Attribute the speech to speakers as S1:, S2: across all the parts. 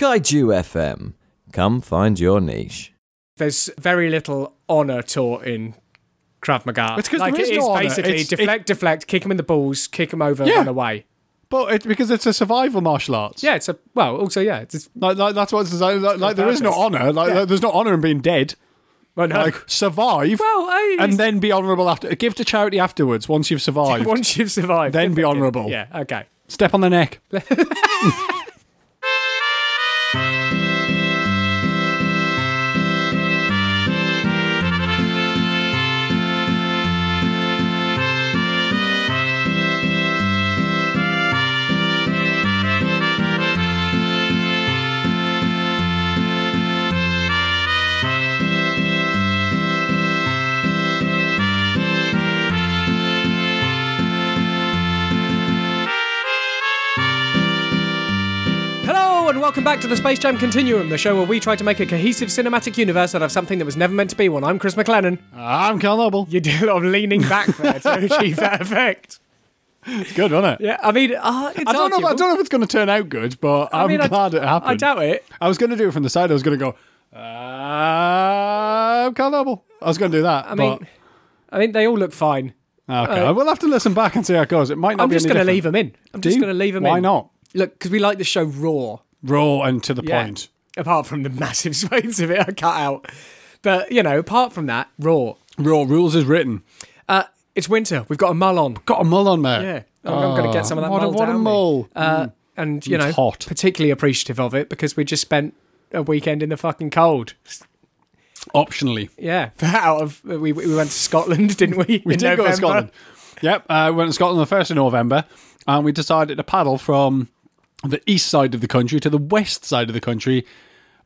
S1: Kaiju FM. Come find your niche.
S2: There's very little honor taught in Krav Maga.
S3: It's 'cause
S2: like
S3: there is
S2: it is
S3: no honour.
S2: basically
S3: It's- it-
S2: deflect, deflect, kick him in the balls, kick him over,
S3: Yeah.
S2: run away.
S3: But it, because it's a survival martial arts.
S2: Yeah, it's a well. Also, yeah, it's just,
S3: Like, like that's what's like, like, like there is no
S2: purpose.
S3: honor. Like
S2: Yeah.
S3: there's no honor in being dead.
S2: well, no.
S3: Like survive
S2: well, I,
S3: and then be honorable after. Give to charity afterwards once you've survived.
S2: once you've survived,
S3: Then be
S2: deflect it.
S3: honourable.
S2: Yeah, okay.
S3: Step on the neck.
S2: Hello and welcome back to the Space Jam Continuum, the show where we try to make a cohesive cinematic universe out of something that was never meant to be one. I'm Chris McLennan.
S3: I'm Carl Noble.
S2: You did a lot of leaning back there to achieve that effect.
S3: It's good, isn't it?
S2: Yeah, I mean, uh, it's
S3: I don't know. If, I
S2: arguable.
S3: don't know if it's going to turn out good, but I'm
S2: mean, I d-
S3: glad it happened.
S2: I doubt it.
S3: I was going to do it from the side. I was going to go. I'm Carl Noble. I was going to do that.
S2: I mean, I mean, they all look fine.
S3: but, okay, we'll have to listen back and see how it goes. It might not.
S2: I'm
S3: be
S2: just
S3: any
S2: going to
S3: different.
S2: leave them in. I'm
S3: Do
S2: just
S3: you?
S2: going to leave them in.
S3: Why not?
S2: Look, because we like the show raw.
S3: Raw and to the
S2: Yeah.
S3: point.
S2: Apart from the massive swathes of it I cut out. But, you know, apart from that, raw.
S3: Raw rules is written.
S2: Uh, it's winter. We've got a mull on.
S3: Got a mull on there.
S2: Yeah. I'm, going to get some of that
S3: Ah, what a-
S2: mull
S3: what a
S2: down me.
S3: mull. Mm.
S2: Uh, And, you
S3: It's
S2: know,
S3: hot.
S2: particularly appreciative of it because we just spent a weekend in the fucking cold.
S3: Optionally.
S2: Yeah. Out of, we, we went to Scotland, didn't we?
S3: We did go to Scotland. Yep, uh, went to Scotland the first of November, and we decided to paddle from the east side of the country to the west side of the country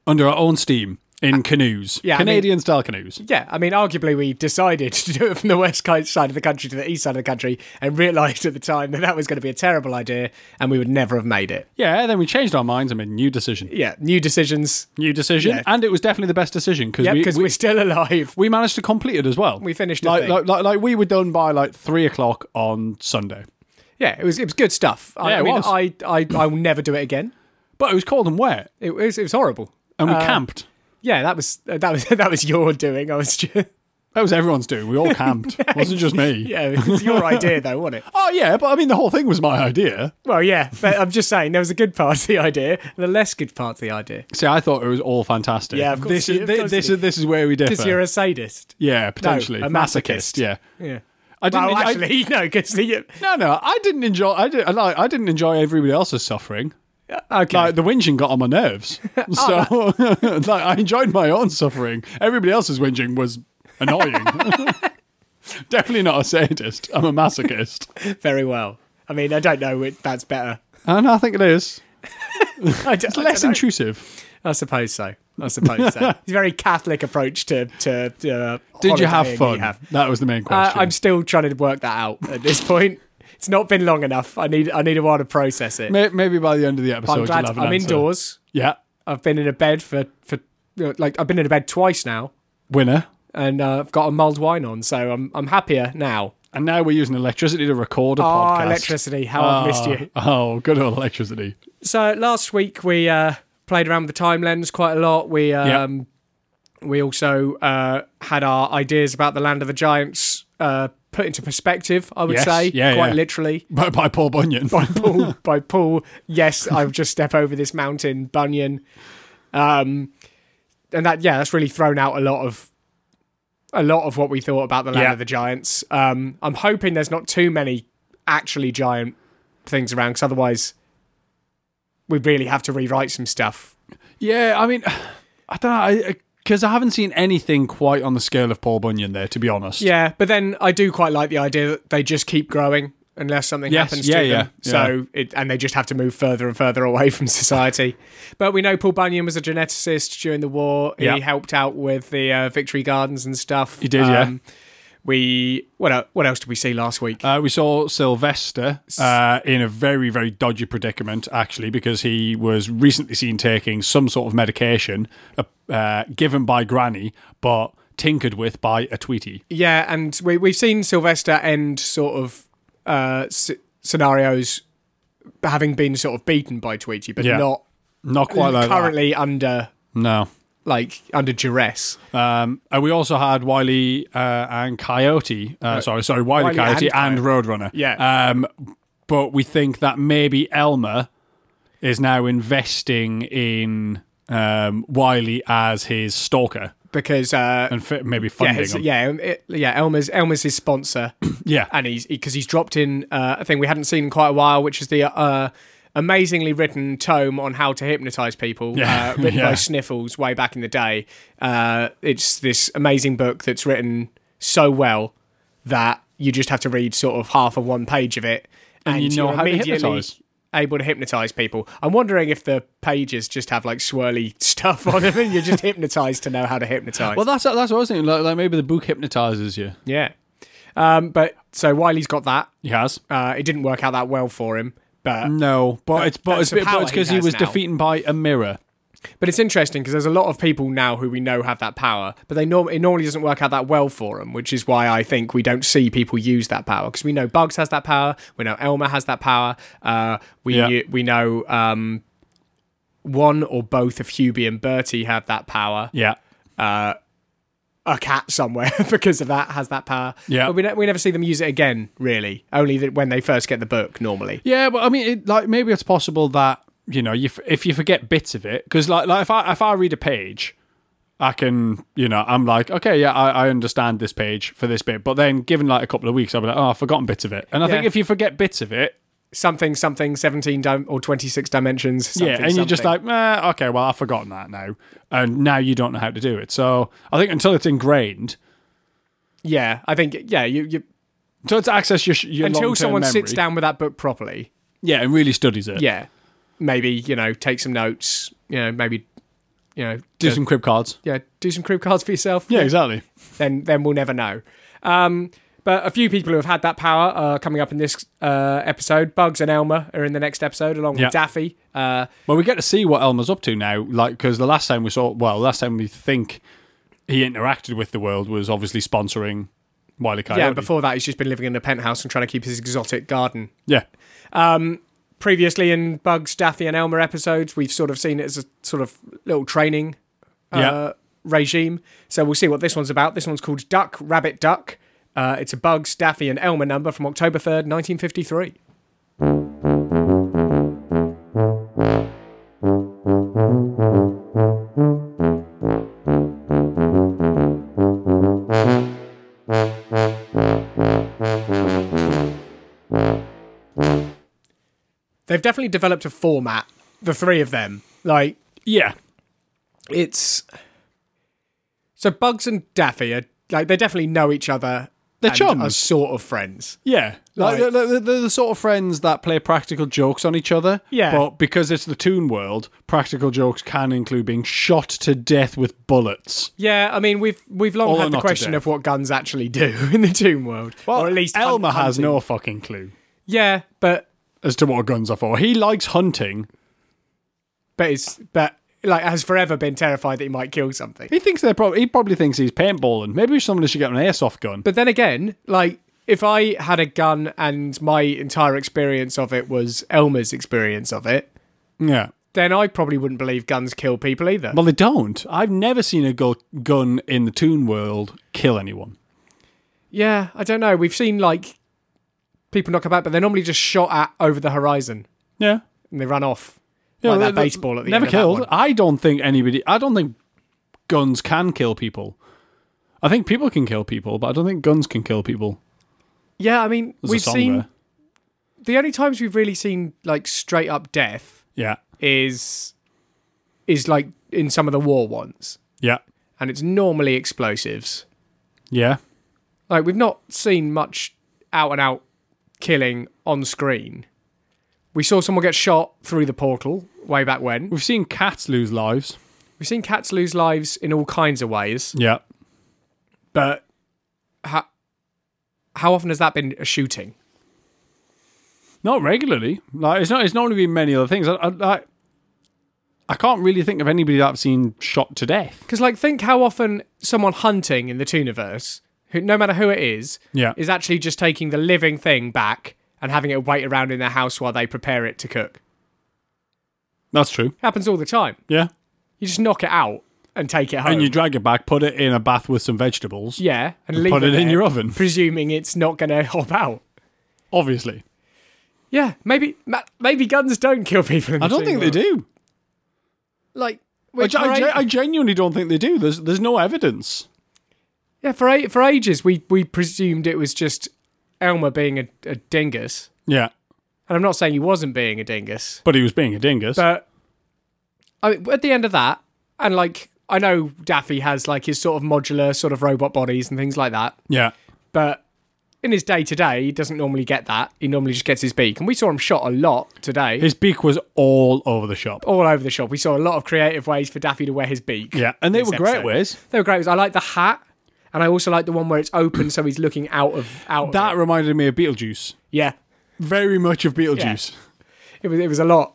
S3: under our own steam in canoes,
S2: Uh, yeah, I mean-
S3: Canadian style canoes.
S2: Yeah, I mean, arguably, we decided to do it from the west co- side of the country to the east side of the country and realised at the time that that was going to be a terrible idea and we would never have made it.
S3: Yeah, then we changed our minds and made a new decision.
S2: Yeah, new decisions.
S3: New decision,
S2: Yeah.
S3: and it was definitely the best decision because
S2: Yeah,
S3: we,
S2: because
S3: we,
S2: we're still alive.
S3: we managed to complete it as well.
S2: We finished the
S3: like,
S2: thing.
S3: like, like like we were done by like three o'clock on Sunday,
S2: Yeah, it was it was good stuff. I,
S3: Yeah,
S2: I
S3: it
S2: mean,
S3: was.
S2: I, I I will never do it again.
S3: but it was cold and wet,
S2: It was it was horrible.
S3: and we camped.
S2: Yeah, that was that was that was your doing. I was just,
S3: That was everyone's doing. We all camped. It wasn't just me.
S2: yeah, it was your idea though, wasn't it?
S3: Oh yeah, but I mean the whole thing was my idea.
S2: Well, yeah, but I'm just saying there was a good part of the idea, and the less good part of the idea.
S3: See, I thought it was all fantastic.
S2: Yeah, of course
S3: This
S2: you-
S3: is
S2: of
S3: thi-
S2: course
S3: this
S2: you-
S3: is this is where we differ.
S2: Because you're a sadist.
S3: yeah, potentially
S2: a masochist.
S3: Yeah,
S2: Yeah.
S3: I didn't.
S2: well,
S3: en- I-
S2: actually, no, because the
S3: no, no, I didn't enjoy. I did. Like, I didn't enjoy everybody else's suffering.
S2: okay. Oh,
S3: Like the whinging got on my nerves, so like I enjoyed my own suffering. Everybody else's whinging was annoying. Definitely not a sadist. I'm a masochist,
S2: Very well. I mean, I don't know if that's better.
S3: and I think it is
S2: I d- I
S3: less
S2: don't know.
S3: intrusive.
S2: I suppose so. I suppose so. It's a very Catholic approach to to. Uh,
S3: Did you
S2: holidaying
S3: have
S2: that
S3: fun?
S2: have.
S3: That was the main
S2: Uh,
S3: question.
S2: I'm still trying to work that out at this point. It's not been long enough. I need I need a while to process it.
S3: May- Maybe by the end of the episode,
S2: I'm glad
S3: you'll have an
S2: I'm
S3: answer.
S2: indoors.
S3: Yeah,
S2: I've been in a bed for for like I've been in a bed twice now,
S3: winner.
S2: and uh, I've got a mulled wine on, so I'm I'm happier now.
S3: And now we're using electricity to record a
S2: Ah,
S3: podcast.
S2: electricity! How I've missed you.
S3: Oh, good old electricity.
S2: So last week we uh, played around with the time lens quite a lot. We um, we also uh, had our ideas about the land of the giants uh, put into perspective. I would
S3: Yes.
S2: say,
S3: Yeah,
S2: quite
S3: yeah.
S2: literally,
S3: By, by Paul Bunyan. By
S2: Paul by Paul. Yes, I would just step over this mountain, Bunyan. Um, and that yeah, that's really thrown out a lot of a lot of what we thought about the land
S3: Yeah.
S2: of the giants. Um, I'm hoping there's not too many actually giant things around, because otherwise we really have to rewrite some stuff.
S3: yeah, I mean, I don't know. Because I, haven't seen anything quite on the scale of Paul Bunyan there, to be honest.
S2: Yeah, but then I do quite like the idea that they just keep growing unless something
S3: Yes,
S2: happens
S3: yeah,
S2: to
S3: yeah,
S2: them. So it and they just have to move further and further away from society. but we know Paul Bunyan was a geneticist during the war.
S3: Yeah.
S2: He helped out with the uh, Victory Gardens and stuff. He
S3: did, yeah.
S2: We what el- what else did we see last week?
S3: Uh, we saw Sylvester uh, in a very, very dodgy predicament, actually, because he was recently seen taking some sort of medication uh, uh, given by Granny, but tinkered with by a Tweety.
S2: Yeah, and we we've seen Sylvester end sort of uh, s- scenarios having been sort of beaten by Tweety, but
S3: Yeah.
S2: not
S3: Not quite like that.
S2: currently under
S3: No.
S2: like under duress.
S3: Um, and we also had Wiley uh, and Coyote. Uh, sorry, sorry, Wiley,
S2: Wile E
S3: Coyote and,
S2: and
S3: Roadrunner.
S2: Yeah.
S3: Um, but we think that maybe Elmer is now investing in um, Wiley as his stalker
S2: Because uh,
S3: and fi- maybe
S2: yeah,
S3: funding
S2: his-
S3: him.
S2: yeah, um, it- yeah. Elmer's Elmer's his sponsor,
S3: Yeah.
S2: and he's because he's dropped in uh, a thing we hadn't seen in quite a while, which is the uh, amazingly written tome on how to hypnotize people,
S3: Yeah.
S2: uh, written
S3: Yeah.
S2: by Sniffles way back in the day. Uh, it's this amazing book that's written so well that you just have to read sort of half of one page of it, and,
S3: you know
S2: you're
S3: how to
S2: immediately
S3: hypnotise.
S2: Able to hypnotize people. I'm wondering if the pages just have like swirly stuff on them, and you're just hypnotized to know how to hypnotize.
S3: Well, that's that's what I was thinking. Like, like maybe the book hypnotizes you.
S2: Yeah. Um, but so Wiley's got that.
S3: He has.
S2: Uh, it didn't work out that well for him, but
S3: No, but it's but it's
S2: that's the power
S3: because
S2: he
S3: he,
S2: has
S3: was
S2: now.
S3: defeated by a mirror.
S2: but it's interesting because there's a lot of people now who we know have that power, but they norm- it normally doesn't work out that well for them, which is why I think we don't see people use that power because we know Bugs has that power, we know Elmer has that power, uh, we
S3: Yeah.
S2: knew- we know um, one or both of Hubie and Bertie have that power.
S3: Yeah.
S2: A cat somewhere because of that has that power.
S3: Yeah.
S2: but we don't, we never see them use it again really. Only that when they first get the book normally.
S3: Yeah, but I mean, it, like maybe it's possible that you know, you f- if you forget bits of it, because like, like if I if I read a page, I can you know I'm like okay yeah I, I understand this page for this bit, but then given like a couple of weeks, I'll be like oh I've forgotten bits of it, and I think
S2: Yeah.
S3: if you forget bits of it,
S2: something something 17 dim- or 26 dimensions something,
S3: yeah, and you're just
S2: something.
S3: like eh, okay well I've forgotten that now, and now you don't know how to do it. So I think until it's ingrained,
S2: yeah i think yeah you, you
S3: until it's access your, sh- your
S2: until
S3: long-term
S2: someone
S3: memory-
S2: sits down with that book properly
S3: yeah, and really studies it,
S2: yeah maybe you know take some notes you know maybe you know
S3: do
S2: do-
S3: some crib cards,
S2: yeah do some crib cards for yourself
S3: yeah, exactly.
S2: then then we'll never know um but a few people who have had that power are coming up in this uh, episode. Bugs and Elmer are in the next episode, along
S3: Yeah.
S2: with Daffy. Uh,
S3: Well, we get to see what Elmer's up to now, like because the last time we saw, well, last time we think he interacted with the world was obviously sponsoring Wiley Coyote.
S2: yeah, before that, he's just been living in a penthouse and trying to keep his exotic garden
S3: yeah,
S2: previously in Bugs, Daffy, and Elmer episodes, we've sort of seen it as a sort of little training uh,
S3: Yeah.
S2: regime. So we'll see what this one's about. This one's called Duck Rabbit Duck. Uh, it's a Bugs, Daffy, and Elmer number from October 3rd, 1953. They've definitely developed a format, the three of them. Like,
S3: yeah,
S2: it's. So Bugs and Daffy are, like, they definitely know each other.
S3: They're
S2: and
S3: chums.
S2: Are sort of friends.
S3: yeah. Like,
S2: Like-
S3: they're, they're- they're the sort of friends that play practical jokes on each other.
S2: Yeah.
S3: but because it's the Toon World, practical jokes can include being shot to death with bullets.
S2: Yeah, I mean we've we've long
S3: All or
S2: had the
S3: not to
S2: question
S3: death.
S2: of what guns actually do in the Tomb World, or at least hunt-
S3: Elmer has
S2: hunting.
S3: no fucking clue
S2: Yeah, but
S3: as to what guns are for. He likes hunting.
S2: but it's but like has forever been terrified that he might kill something.
S3: He thinks they're probably. He probably thinks he's paintballing. Maybe somebody should get an airsoft gun.
S2: But then again, like if I had a gun and my entire experience of it was Elmer's experience of it,
S3: yeah.
S2: then I probably wouldn't believe guns kill people either.
S3: Well, they don't. I've never seen a gu- gun in the Toon world kill anyone.
S2: Yeah, I don't know. We've seen like people knock about, but they're normally just shot at over the horizon
S3: Yeah.
S2: and they run off.
S3: yeah
S2: like
S3: they-
S2: that
S3: they-
S2: baseball at the
S3: Never
S2: end of that
S3: killed.
S2: one.
S3: I don't think anybody. I don't think guns can kill people. I think people can kill people, but I don't think guns can kill people.
S2: Yeah, I mean
S3: There's a
S2: we've
S3: song
S2: seen
S3: there.
S2: the only times we've really seen like straight up death
S3: Yeah.
S2: is is like in some of the war ones
S3: Yeah.
S2: and it's normally explosives
S3: Yeah.
S2: like we've not seen much out and out killing on screen we saw someone get shot through the portal way back when
S3: We've seen cats lose lives.
S2: we've seen cats lose lives in all kinds of ways
S3: Yeah.
S2: but how, how often has that been a shooting
S3: Not regularly. Like it's not. It's not only been many other things. I, I, I, I can't really think of anybody that I've seen shot to death.
S2: because like think how often someone hunting in the tooniverse who no matter who it is
S3: Yeah.
S2: is actually just taking the living thing back and having it wait around in their house while they prepare it to cook.
S3: That's true.
S2: happens all the time.
S3: Yeah.
S2: You just knock it out and take it home.
S3: And you drag it back, put it in a bath with some vegetables.
S2: Oh. yeah, and leave
S3: put it in
S2: there,
S3: your oven.
S2: presuming it's not going to hop out.
S3: Obviously.
S2: Yeah, maybe ma- maybe guns don't kill people. In the
S3: I don't think they do.
S2: Like,
S3: I,
S2: which
S3: ge- I
S2: for
S3: ge-
S2: a-
S3: I genuinely don't think they do. There's there's no evidence.
S2: yeah, for a- for ages we we presumed it was just Elmer being a, a dingus,
S3: Yeah.
S2: and I'm not saying he wasn't being a dingus,
S3: But he was being a dingus.
S2: but I mean, at the end of that, and like I know Daffy has like his sort of modular sort of robot bodies and things like that,
S3: yeah.
S2: but in his day to day, he doesn't normally get that. He normally just gets his beak, and we saw him shot a lot today.
S3: His beak was all over the shop.
S2: all over the shop. We saw a lot of creative ways for Daffy to wear his beak.
S3: Yeah. And they
S2: This
S3: were great
S2: episode.
S3: ways.
S2: They were great. I like the hat, and I also like the one where it's open, so he's looking out of out.
S3: That
S2: of it.
S3: reminded me of Beetlejuice.
S2: yeah,
S3: Very much of Beetlejuice.
S2: it was it was a lot.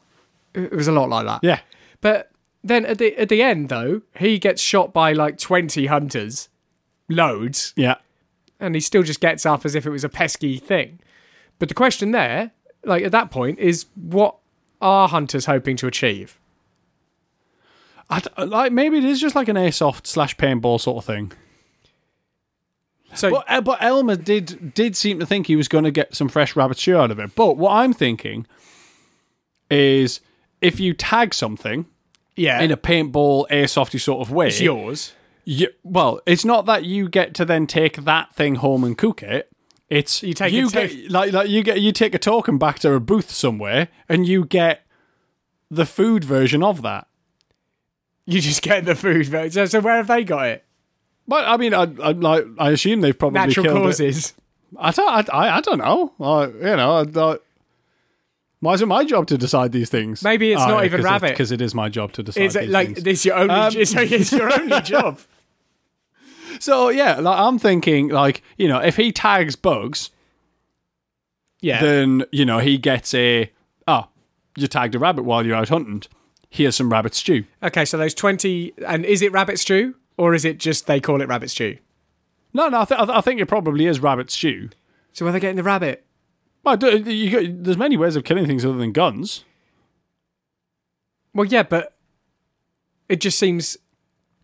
S2: It was a lot like that.
S3: Yeah.
S2: But then at the at the end though, he gets shot by like twenty hunters, loads,
S3: Yeah.
S2: and he still just gets up as if it was a pesky thing. But the question there, like at that point, is what are hunters hoping to achieve?
S3: I d- like maybe it is just like an airsoft slash paintball sort of thing.
S2: So
S3: But uh, but Elmer did did seem to think he was going to get some fresh rabbit shoe out of it. But what I'm thinking is if you tag something
S2: yeah,
S3: in a paintball airsofty sort of way,
S2: it's yours.
S3: you- well, it's not that you get to then take that thing home and cook it. It's you
S2: take
S3: you
S2: a
S3: get,
S2: ta-
S3: like like you get you take a token back to a booth somewhere and you get the food version of that.
S2: You just get the food. but- So, so where have they got it?
S3: But I mean, I, I like I assume they've probably
S2: Natural
S3: killed it.
S2: causes.
S3: I don't. I, I- I don't know. I, you know. I, I, why is it my job to decide these things?
S2: Maybe it's not even rabbit.
S3: because it is my job to decide.
S2: Is it
S3: these
S2: like
S3: things.
S2: this? Your only?
S3: Um,
S2: it's, it's your only job.
S3: so yeah, like, I'm thinking like you know if he tags bugs,
S2: Yeah.
S3: then you know he gets a oh you tagged a rabbit while you're out hunting. Here's some rabbit stew.
S2: okay, so those twenty, and is it rabbit stew or is it just they call it rabbit stew?
S3: No, no, I, th- I th- I think it probably is rabbit stew.
S2: So where are they getting the rabbit?
S3: Well, d- you got, there's many ways of killing things other than guns.
S2: Well, yeah, but it just seems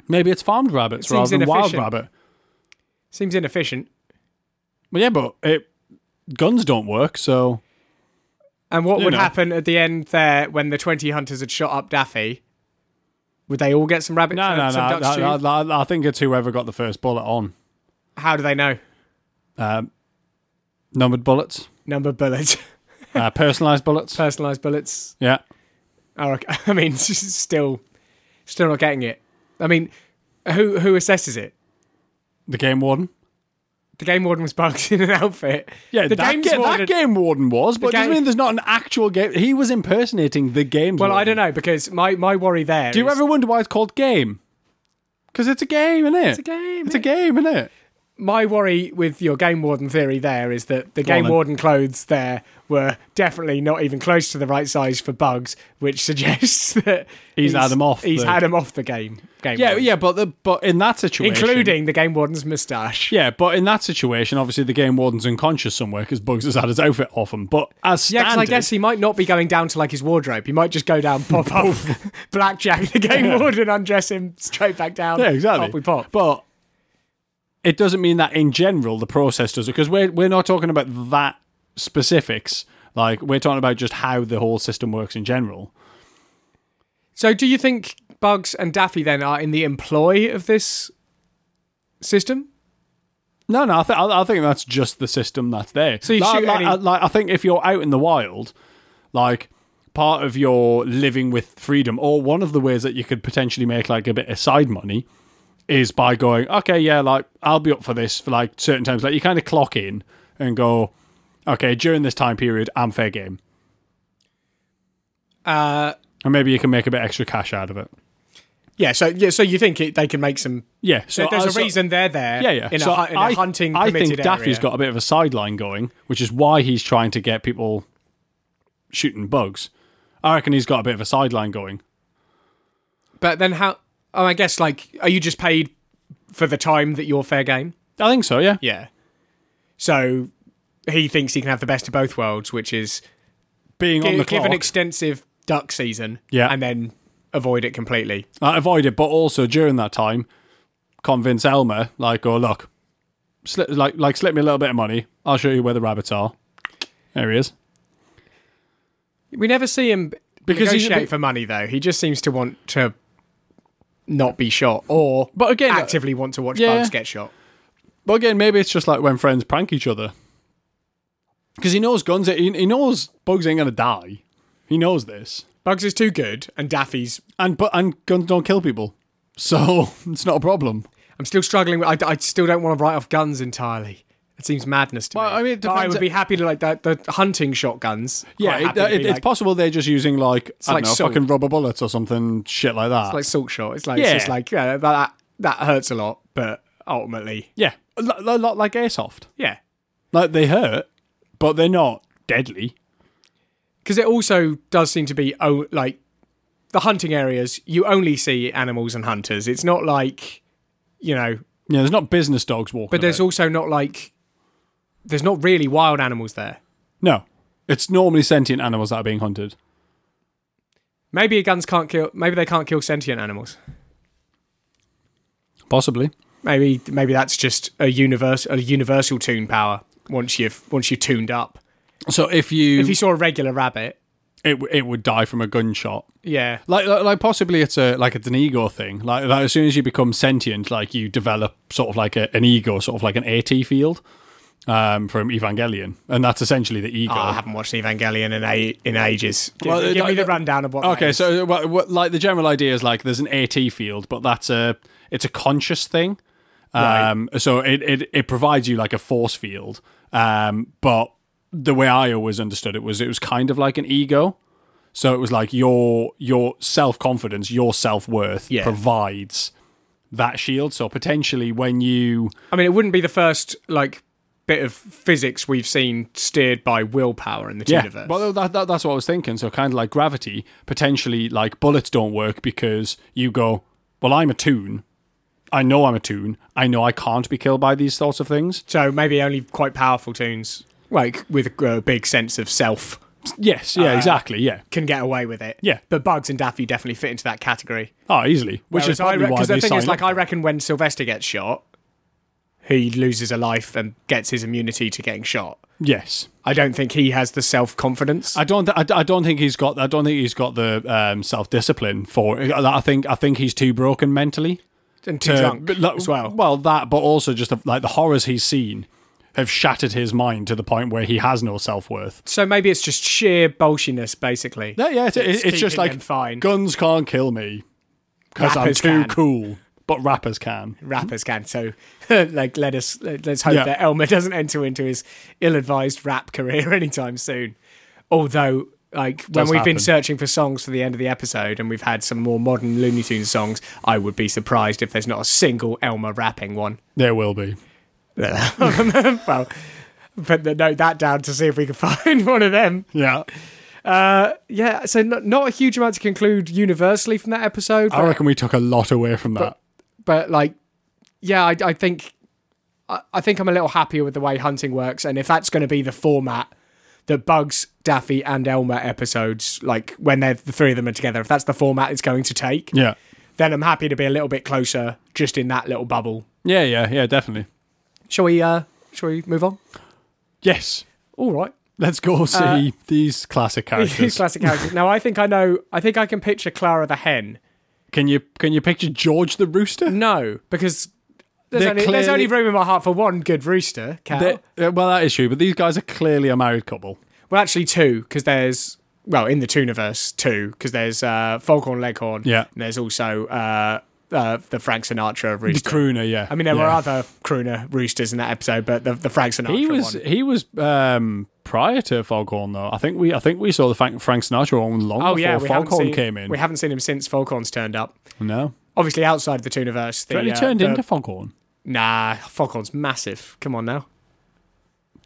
S3: Maybe it's farmed rabbits
S2: It seems
S3: rather than wild
S2: inefficient.
S3: rabbit.
S2: seems inefficient.
S3: Well, yeah, but it, guns don't work, so
S2: And what
S3: You
S2: would
S3: know.
S2: happen at the end there when the twenty hunters had shot up Daffy? Would they all get some rabbit? uh,
S3: No, no,
S2: some
S3: no.
S2: duck stew?
S3: I, I- I- I think it's whoever got the first bullet on.
S2: How do they know?
S3: Um, numbered bullets,
S2: Number bullets,
S3: uh, personalized bullets.
S2: personalized bullets.
S3: Yeah.
S2: Oh, okay. I mean, still, still not getting it. I mean, who who assesses it?
S3: The game warden.
S2: The game warden was bugs in an outfit.
S3: Yeah,
S2: the
S3: that,
S2: game's
S3: ga- that
S2: warden-
S3: game warden was, but doesn't
S2: game-
S3: mean there's not an actual game. He was impersonating the game.
S2: Well, I don't know because my my worry there.
S3: Do you ever wonder why it's called game? Because it's a game, isn't it? It's
S2: a game,
S3: It's a game, isn't it?
S2: My worry with your game warden theory there is that the
S3: on
S2: game
S3: then.
S2: warden clothes there were definitely not even close to the right size for bugs, which suggests that
S3: He's had 'em off
S2: He's
S3: the-
S2: had him off the game. game
S3: Yeah,
S2: warden.
S3: yeah. But the but in that situation,
S2: including the game warden's moustache.
S3: Yeah, but in that situation, obviously the game warden's unconscious somewhere because Bugs has had his outfit off him. But as
S2: Yeah,
S3: standard,
S2: because I guess he might not be going down to like his wardrobe. He might just go down, pop up, blackjack the game warden, undress him, straight back down.
S3: Yeah, exactly.
S2: Up we pop.
S3: But it doesn't mean that in general the process does it because we're we're not talking about that specifics. Like we're talking about just how the whole system works in general.
S2: So, do you think Bugs and Daffy then are in the employ of this system?
S3: No, no, I, th- I I think that's just the system that's there.
S2: So you
S3: like,
S2: shoot
S3: like,
S2: any-
S3: I, like, I think if you're out in the wild, like part of your living with freedom, or one of the ways that you could potentially make like a bit of side money, is by going, okay, yeah, like I'll be up for this for like certain times. Like you kind of clock in and go, okay, during this time period, I'm fair game,
S2: Uh,
S3: and maybe you can make a bit extra cash out of it.
S2: yeah. So, yeah. So you think it, they can make some?
S3: Yeah, so
S2: there's
S3: I-
S2: a
S3: so-
S2: reason they're there.
S3: Yeah, yeah.
S2: In, a, hu- in a
S3: I-
S2: hunting
S3: I
S2: permitted
S3: think Daffy's
S2: area.
S3: got a bit of a sideline going, which is why he's trying to get people shooting bugs. I reckon he's got a bit of a sideline going.
S2: But then how? Oh, I guess like, are you just paid for the time that you're fair game?
S3: I think so, yeah.
S2: Yeah. So he thinks he can have the best of both worlds, which is
S3: Being on
S2: gi-
S3: the
S2: give
S3: clock.
S2: an extensive duck season
S3: Yeah.
S2: and then avoid it completely.
S3: I avoid it, but also during that time, convince Elmer, like, oh look, slip, like, like, slip me a little bit of money. I'll show you where the rabbits are. There he is.
S2: We never see him
S3: Because
S2: because
S3: he's a
S2: negotiate
S3: bit-
S2: for money though. He just seems to want to not be shot or
S3: But again,
S2: actively want to watch
S3: Yeah.
S2: bugs get shot.
S3: but again, maybe it's just like when friends prank each other. Because he knows guns, he, he knows Bugs ain't gonna die. He knows this,
S2: Bugs is too good and Daffy's
S3: and but and guns don't kill people, so it's not a problem.
S2: I'm still struggling with I, I still don't want to write off guns entirely. It seems madness to
S3: Well,
S2: me.
S3: I mean, it
S2: but I
S3: depends-
S2: would be happy to like the, the hunting shotguns.
S3: Yeah,
S2: Quite
S3: it,
S2: happy to
S3: it-
S2: be
S3: it's
S2: like,
S3: possible they're just using like I
S2: like
S3: don't know,
S2: salt.
S3: fucking rubber bullets or something shit like that.
S2: like salt shot. It's like
S3: Yeah.
S2: it's just like yeah, that that hurts a lot, but ultimately,
S3: yeah, a lot, a lot like airsoft.
S2: yeah.
S3: Like they hurt, but they're not deadly.
S2: because it also does seem to be oh like the hunting areas you only see animals and hunters it's not like you know
S3: Yeah, there's not business dogs walking.
S2: but there's
S3: about.
S2: also not like there's not really wild animals there
S3: no. It's normally sentient animals that are being hunted.
S2: maybe guns can't kill maybe they can't kill sentient animals
S3: Possibly.
S2: maybe maybe that's just a universe a universal tune power once you've once you've tuned up
S3: So if you,
S2: if you saw a regular rabbit
S3: it w- it would die from a gunshot.
S2: yeah
S3: Like, like like possibly it's a like it's an ego thing. Like, like as soon as you become sentient, like you develop sort of like a, an ego, sort of like an AT field um, from Evangelion, and that's essentially the ego.
S2: Oh, I haven't watched Evangelion in a, in ages. Give,
S3: Well,
S2: give me
S3: uh,
S2: the rundown of what. that
S3: Okay,
S2: is.
S3: so uh, what, what, like the general idea is like there's an AT field, but that's a it's a conscious thing. Um, So it, it it provides you like a force field, um, but the way I always understood it was it was kind of like an ego. So it was like your your self confidence, your self worth
S2: Yeah.
S3: provides that shield. So potentially when you
S2: I mean, it wouldn't be the first like bit of physics we've seen steered by willpower in the universe.
S3: Well, that, that, that's what I was thinking. So kind of like gravity, potentially like bullets don't work because you go, well, I'm a toon. I know I'm a toon. I know I can't be killed by these sorts of things.
S2: so maybe only quite powerful tunes, like uh, with a big sense of self,
S3: Yes, yeah, exactly, yeah.
S2: can get away with it.
S3: Yeah.
S2: but Bugs and Daffy definitely fit into that category.
S3: Oh, easily. Which
S2: Whereas
S3: is
S2: I
S3: probably why
S2: because
S3: they
S2: the thing
S3: sign
S2: is, like,
S3: up.
S2: I reckon when Sylvester gets shot, he loses a life and gets his immunity to getting shot.
S3: yes.
S2: I don't think he has the self confidence.
S3: I don't. Th- I, I don't think he's got. I don't think he's got the um, self discipline for. It. I think. I think he's too broken mentally.
S2: And too
S3: to-
S2: drunk
S3: but, like,
S2: as well.
S3: Well, that, but also just the, like the horrors he's seen have shattered his mind to the point where he has no self worth.
S2: So maybe it's just sheer bolshiness, basically.
S3: Yeah, yeah, it's, it's,
S2: keeping
S3: just like
S2: them fine.
S3: guns can't kill me because I'm
S2: Rappers
S3: too
S2: can.
S3: cool, but rappers can.
S2: rappers can. So, like, let us let- let's hope
S3: Yeah.
S2: that Elmer doesn't enter into his ill-advised rap career anytime soon. Although, like, when
S3: Does
S2: we've
S3: happen.
S2: been searching for songs for the end of the episode and we've had some more modern Looney Tunes songs, I would be surprised if there's not a single Elmer rapping one.
S3: There will be.
S2: well, put the note that down to see if we can find one of them.
S3: Yeah,
S2: Uh, yeah, so not, not a huge amount to conclude universally from that episode.
S3: I
S2: but-
S3: reckon we took a lot away from that.
S2: but like yeah i, I think I, I think i'm a little happier with the way hunting works and if that's going to be the format that bugs daffy and elmer episodes like when they're the three of them are together if that's the format it's going to take
S3: yeah,
S2: then i'm happy to be a little bit closer just in that little bubble
S3: yeah, yeah, yeah, definitely.
S2: shall we uh shall we move on
S3: Yes,
S2: all right
S3: let's
S2: Uh,
S3: go see these classic characters.
S2: classic characters now i think i know i think i can picture clara the hen
S3: can you can you picture George the rooster?
S2: no because there's,
S3: They're
S2: only, there's
S3: clearly-
S2: only room in my heart for one good rooster cow.
S3: They- uh, well, that is true, but these guys are clearly a married couple.
S2: Well, actually, two, because there's well in the Tooniverse two, because there's uh, Foghorn Leghorn,
S3: Yeah.
S2: and there's also uh, uh, the Frank Sinatra
S3: The
S2: rooster.
S3: crooner, yeah.
S2: I mean, there were
S3: Yeah.
S2: other crooner roosters in that episode, but the, the Frank Sinatra
S3: He was
S2: one.
S3: he was um, prior to Foghorn though. I think we I think we saw the Frank, Frank Sinatra one long
S2: Oh
S3: before
S2: yeah, we haven't
S3: Foghorn
S2: seen-
S3: came in.
S2: We haven't seen him since Foghorn's turned up.
S3: no,
S2: Obviously, outside of the Tooniverse, the,
S3: but he
S2: uh,
S3: turned
S2: the-
S3: into Foghorn.
S2: nah. Foghorn's massive. Come on now,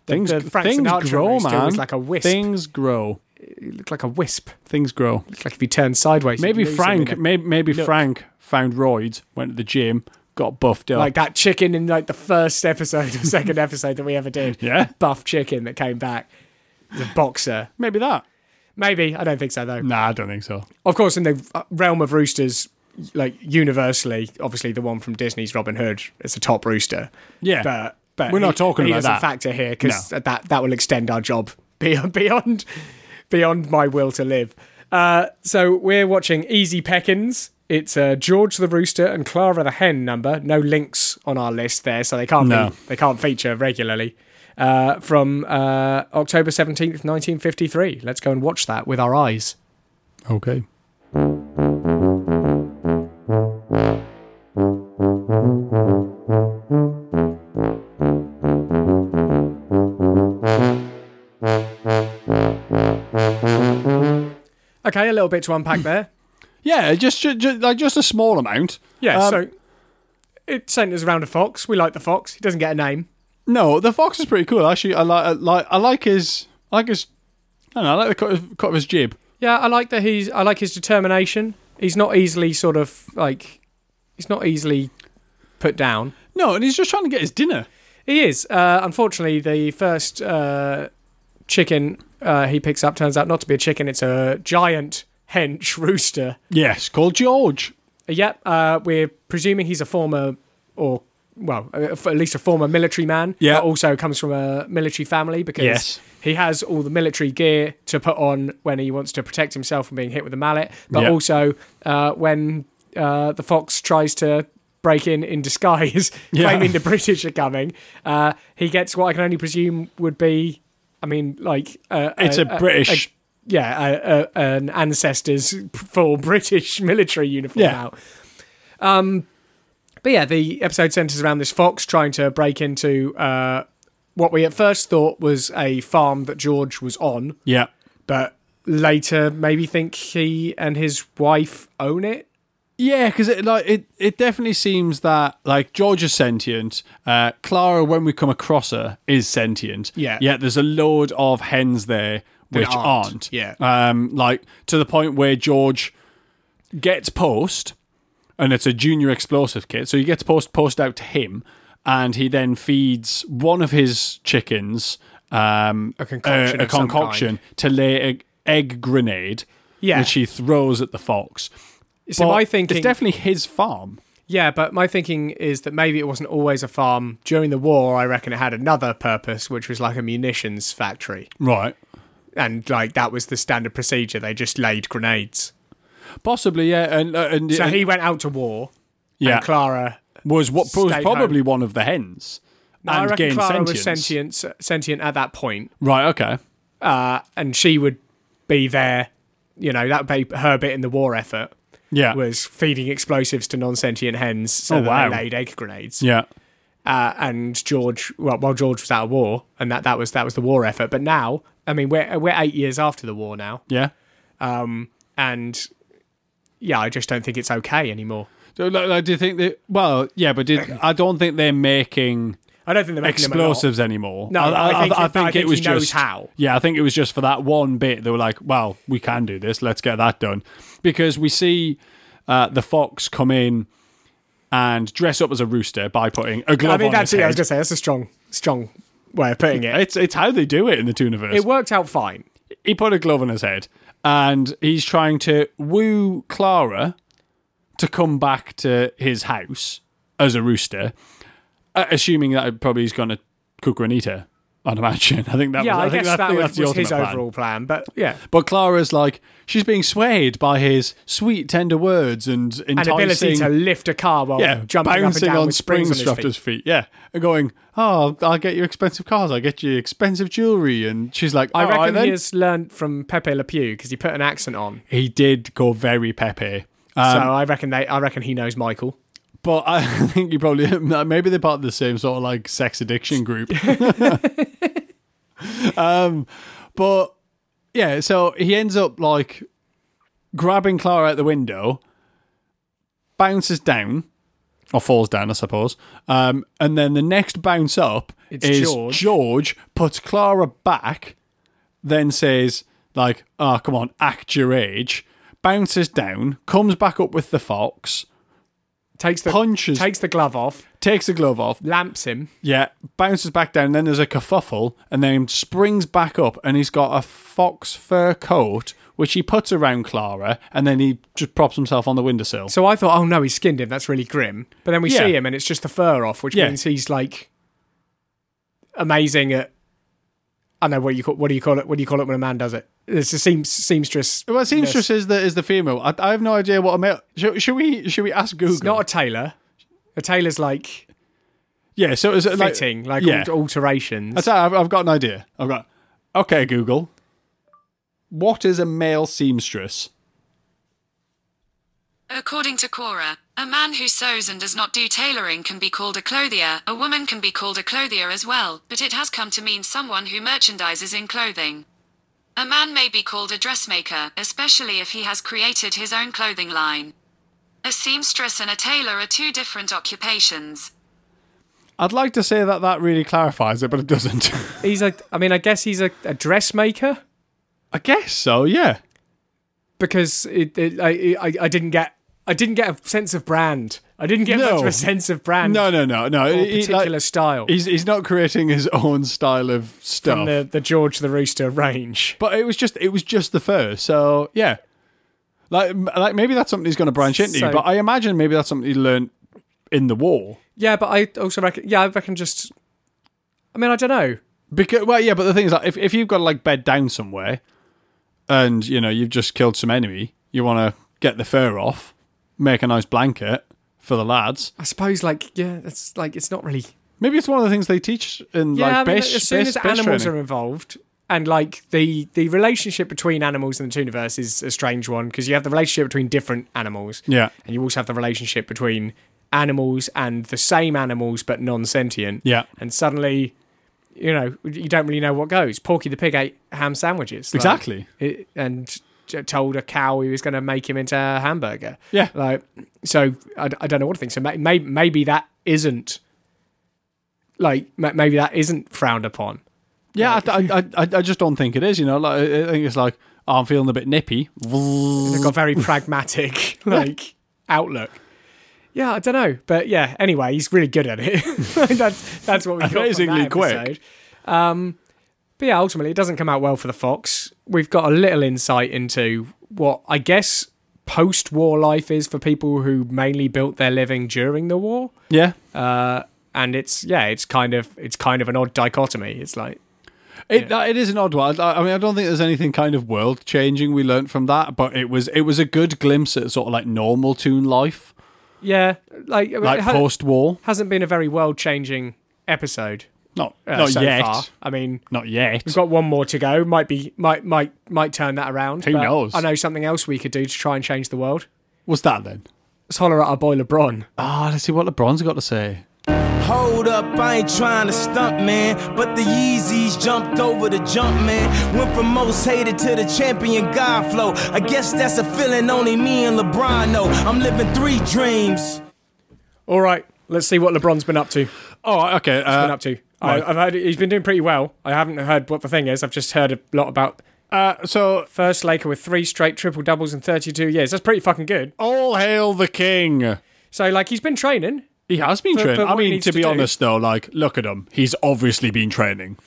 S3: Things,
S2: the Frank
S3: things
S2: Sinatra
S3: grow,
S2: rooster
S3: man.
S2: was like a wisp.
S3: Things grow.
S2: he looked like a wisp.
S3: Things grow.
S2: Looked like if he turned sideways, you'd
S3: Maybe
S2: lose him in
S3: Frank.
S2: it.
S3: Maybe, maybe
S2: Look.
S3: Frank found roids, went to the gym, got buffed up.
S2: like that chicken in like the first episode or second episode that we ever did.
S3: yeah,
S2: buff chicken that came back, the boxer.
S3: maybe that.
S2: Maybe. I don't think so, though.
S3: Nah, I don't think so.
S2: Of course, in the uh, realm of roosters, like universally, obviously the one from Disney's Robin Hood is a top rooster.
S3: Yeah.
S2: But, but
S3: We're not
S2: he-
S3: talking
S2: he
S3: about
S2: doesn't
S3: that.
S2: factor here because that, that will extend our job beyond, beyond, beyond my will to live. Uh, so we're watching Easy Peckins. It's uh, George the Rooster and Clara the Hen number. No links on our list there, so they can't
S3: No.
S2: be, they can't feature regularly. Uh, from uh, October seventeenth, nineteen fifty three. Let's go and watch that with our eyes.
S3: Okay.
S2: Okay, a little bit to unpack there.
S3: Yeah, just, ju- ju- like just a small amount.
S2: Yeah,
S3: Um,
S2: so it centers around a fox. We like the fox. He doesn't get a name.
S3: No, the fox is pretty cool. Actually, I like I like I like his I like his I don't know, I like the cut of, cut of his jib.
S2: Yeah, I like that he's I like his determination. He's not easily sort of like he's not easily put down.
S3: No, and he's just trying to get his dinner.
S2: He is. Uh, unfortunately, the first uh, chicken uh, he picks up turns out not to be a chicken. It's a giant hench rooster.
S3: Yes, called George.
S2: Yep, uh, we're presuming he's a former or well, uh, f- at least a former military man.
S3: Yeah.
S2: but also comes from a military family because
S3: Yes.
S2: he has all the military gear to put on when he wants to protect himself from being hit with a mallet, but
S3: Yeah.
S2: also uh, when uh, the fox tries to break in in disguise,
S3: Yeah.
S2: claiming the British are coming. Uh, he gets what I can only presume would be, I mean, like uh,
S3: It's a British-
S2: yeah, a, a, an ancestor's full British military uniform
S3: Yeah.
S2: out. Um, but yeah, the episode centers around this fox trying to break into uh, what we at first thought was a farm that George was on,
S3: Yeah.
S2: but later maybe think he and his wife own it.
S3: Yeah, because it like it, it definitely seems that like George is sentient. Uh, Clara, when we come across her, is sentient.
S2: Yeah.
S3: Yet there's a load of hens there which
S2: aren't,
S3: aren't.
S2: yeah.
S3: Um, like to the point where George gets post, and it's a junior explosive kit. So he gets post post out to him, and he then feeds one of his chickens um,
S2: A concoction
S3: a- a
S2: of some
S3: concoction to lay a egg grenade.
S2: Yeah.
S3: Which he throws at the fox.
S2: So
S3: But
S2: my thinking,
S3: it's definitely his farm.
S2: yeah, but my thinking is that maybe it wasn't always a farm. During the war, I reckon it had another purpose, which was like a munitions factory,
S3: Right.
S2: and like that was the standard procedure. They just laid grenades.
S3: Possibly, yeah. And, uh, and,
S2: So
S3: and-
S2: he went out to war,
S3: yeah,
S2: and Clara.
S3: was what was
S2: stayed
S3: probably one of the hens.
S2: I
S3: and
S2: reckon
S3: gained
S2: Clara was
S3: sentience.
S2: sentient, sentient at that point,
S3: Right, okay.
S2: uh, and she would be there. You know, that would be her bit in the war effort.
S3: Yeah.
S2: was feeding explosives to non-sentient hens so
S3: Oh,
S2: that
S3: wow.
S2: they laid egg grenades.
S3: yeah.
S2: Uh, and George, well, well, George was out of war, and that, that was that was the war effort. But now, I mean, we're we're eight years after the war now,
S3: Yeah.
S2: and yeah, I just don't think it's okay anymore.
S3: So, like, like, do you think that? Well, yeah, but did, I don't think they're making
S2: I don't think they're making them a lot.
S3: explosives anymore.
S2: No, I think it- I think
S3: it was
S2: he knows
S3: just
S2: how.
S3: Yeah, I think it was just for that one bit. They were like, "Well, we can do this. Let's get that done," because we see uh, the fox come in and dress up as a rooster by putting a glove
S2: I mean,
S3: on
S2: that's
S3: his
S2: yeah, I
S3: head.
S2: was gonna say that's a strong strong way of putting it.
S3: It's it's how they do it in the Tooniverse.
S2: It worked out fine.
S3: he put a glove on his head, and he's trying to woo Clara to come back to his house as a rooster, uh, assuming that probably he's going to cook her and eat her. I'd imagine. I think that.
S2: Yeah,
S3: was,
S2: I,
S3: I, think
S2: guess
S3: that,
S2: that
S3: I think
S2: was,
S3: that's the
S2: was
S3: ultimate
S2: his
S3: plan.
S2: overall plan. But yeah,
S3: But Clara's like she's being swayed by his sweet, tender words and
S2: an
S3: enticing
S2: ability to lift a car while
S3: yeah,
S2: jumping up and
S3: bouncing
S2: down
S3: on
S2: with springs,
S3: springs
S2: on
S3: strapped
S2: his
S3: to
S2: feet.
S3: his feet. Yeah, and going, oh, I'll get you expensive cars. I'll get you expensive jewelry. And she's like,
S2: I
S3: "All right
S2: reckon
S3: then."
S2: he has learned from Pepe Le Pew because he put an accent on.
S3: He did go very Pepe. Um,
S2: so I reckon they. I reckon he knows Michael.
S3: But I think you probably maybe they're part of the same sort of like sex addiction group. um, but yeah, so he ends up like grabbing Clara out the window, bounces down or falls down, I suppose. Um, and then the next bounce up
S2: It's
S3: is
S2: George.
S3: George puts Clara back, then says like, "Oh, come on, act your age." Bounces down, comes back up with the fox
S2: takes the
S3: Punches.
S2: takes the glove off,
S3: takes the glove off.
S2: lamps him.
S3: Yeah, bounces back down. Then there's a kerfuffle, and then springs back up, and he's got a fox fur coat which he puts around Clara, and then he just props himself on the windowsill.
S2: So I thought, oh no, he skinned him. That's really grim. But then we
S3: Yeah.
S2: see him, and it's just the fur off, which
S3: Yeah.
S2: means he's like amazing at. I know what you call. What do you call it? What do you call it when a man does it? It's a seam, seamstress.
S3: Well, it seems just is the is the female. I, I have no idea what a male. Should, should we should we ask Google?
S2: It's not a tailor. A tailor's like
S3: yeah. So is it like,
S2: fitting, like,
S3: yeah.
S2: al- alterations.
S3: That's I've, I've got an idea. I've got. Okay, Google. What is a male seamstress?
S4: According to Cora, a man who sews and does not do tailoring can be called a clothier. A woman can be called a clothier as well, but it has come to mean someone who merchandises in clothing. A man may be called a dressmaker, especially if he has created his own clothing line. A seamstress and a tailor are two different occupations.
S3: I'd like to say that that really clarifies it, but it doesn't.
S2: he's a. I mean, I guess he's a, a dressmaker
S3: I guess so. Yeah.
S2: because it, it, I, I I didn't get I didn't get a sense of brand. I didn't get much
S3: No.
S2: of a sense of brand.
S3: No, no, no, no.
S2: or
S3: He- he, like,
S2: particular style.
S3: he's he's not creating his own style of
S2: from
S3: stuff.
S2: the, the George the Rooster range.
S3: but it was just it was just the fur. So yeah, like m- like maybe that's something he's going to branch into.
S2: So-
S3: but I imagine maybe that's something he learned in the war.
S2: Yeah, but I also reckon. Yeah, I reckon just. I mean, I don't know.
S3: Because well, yeah, but the thing is, like, if if you've got to like bed down somewhere, and you know you've just killed some enemy, you want to get the fur off, make a nice blanket for the lads.
S2: I suppose like yeah, it's like it's not really.
S3: Maybe it's one of the things they teach in
S2: Yeah,
S3: like
S2: I mean,
S3: base,
S2: as soon
S3: base,
S2: as
S3: base
S2: animals
S3: training.
S2: are involved. And like the the relationship between animals and the Tooniverse is a strange one because you have the relationship between different animals,
S3: Yeah.
S2: and you also have the relationship between animals and the same animals but non-sentient.
S3: Yeah.
S2: and suddenly, you know, you don't really know what goes. Porky the pig ate ham sandwiches, like,
S3: Exactly.
S2: it, and j- told a cow he was going to make him into a hamburger.
S3: Yeah.
S2: Like, so I, d- I don't know what to think. So may, may, maybe that isn't like ma- maybe that isn't frowned upon.
S3: Yeah, I, I, I, I just don't think it is. You know, like I I think it's like oh, I'm feeling a bit nippy.
S2: They've got very pragmatic like outlook. Yeah, I don't know, but yeah. Anyway, he's really good at it. that's that's what we got from that
S3: Amazingly quick.
S2: episode. Um, but yeah, ultimately, it doesn't come out well for the fox. We've got a little insight into what I guess post-war life is for people who mainly built their living during the war.
S3: Yeah,
S2: Uh, and it's yeah, it's kind of it's kind of an odd dichotomy. It's like
S3: it uh, it is an odd one. I, I mean, I don't think there's anything kind of world changing we learnt from that, but it was it was a good glimpse at sort of like normal tune life,
S2: yeah, like, I mean,
S3: like
S2: it ha-
S3: post war.
S2: hasn't been a very world-changing episode.
S3: Not
S2: uh,
S3: not
S2: so
S3: yet.
S2: far. I mean,
S3: Not yet.
S2: we've got one more to go. Might be, might, might, might turn that around.
S3: Who
S2: but
S3: knows?
S2: I know something else we could do to try and change the world.
S3: What's that then?
S2: Let's holler at our boy LeBron.
S3: Ah, let's see what LeBron's got to say.
S5: Hold up, I ain't trying to stunt, man. But the Yeezys jumped over the jump, man. Went from most hated to the champion God flow. I guess that's a feeling only me and LeBron know. I'm living three dreams.
S2: All right, let's see what LeBron's been up to.
S3: Oh, okay.
S2: Been up to. I, I've heard he's been doing pretty well. I haven't heard what the thing is. I've just heard a lot about
S3: so
S2: first Laker with three straight triple doubles in 32 years. That's pretty fucking good.
S3: all hail the king.
S2: So like he's been training.
S3: He has been
S2: For-
S3: training.
S2: for
S3: I
S2: what he
S3: mean,
S2: needs
S3: to
S2: to
S3: be
S2: do.
S3: honest though, like look at him. He's obviously been training.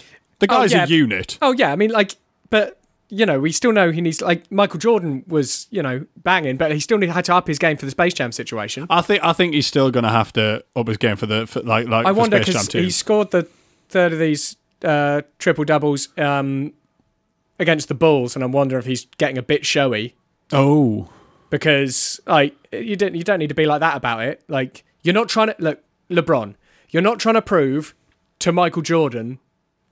S3: The guy's
S2: yeah.
S3: a unit.
S2: Oh yeah, I mean like, but you know we still know he needs like Michael Jordan was you know banging, but he still had to up his game for the Space Jam situation.
S3: I think I think he's still going to have to up his game for the for, like like
S2: I
S3: for
S2: wonder
S3: Space Jam
S2: because
S3: too.
S2: he scored the third of these uh, triple doubles um, against the Bulls, and I wonder if he's getting a bit showy
S3: Oh,
S2: because like you don't you don't need to be like that about it. Like you're not trying to look LeBron. You're not trying to prove to Michael Jordan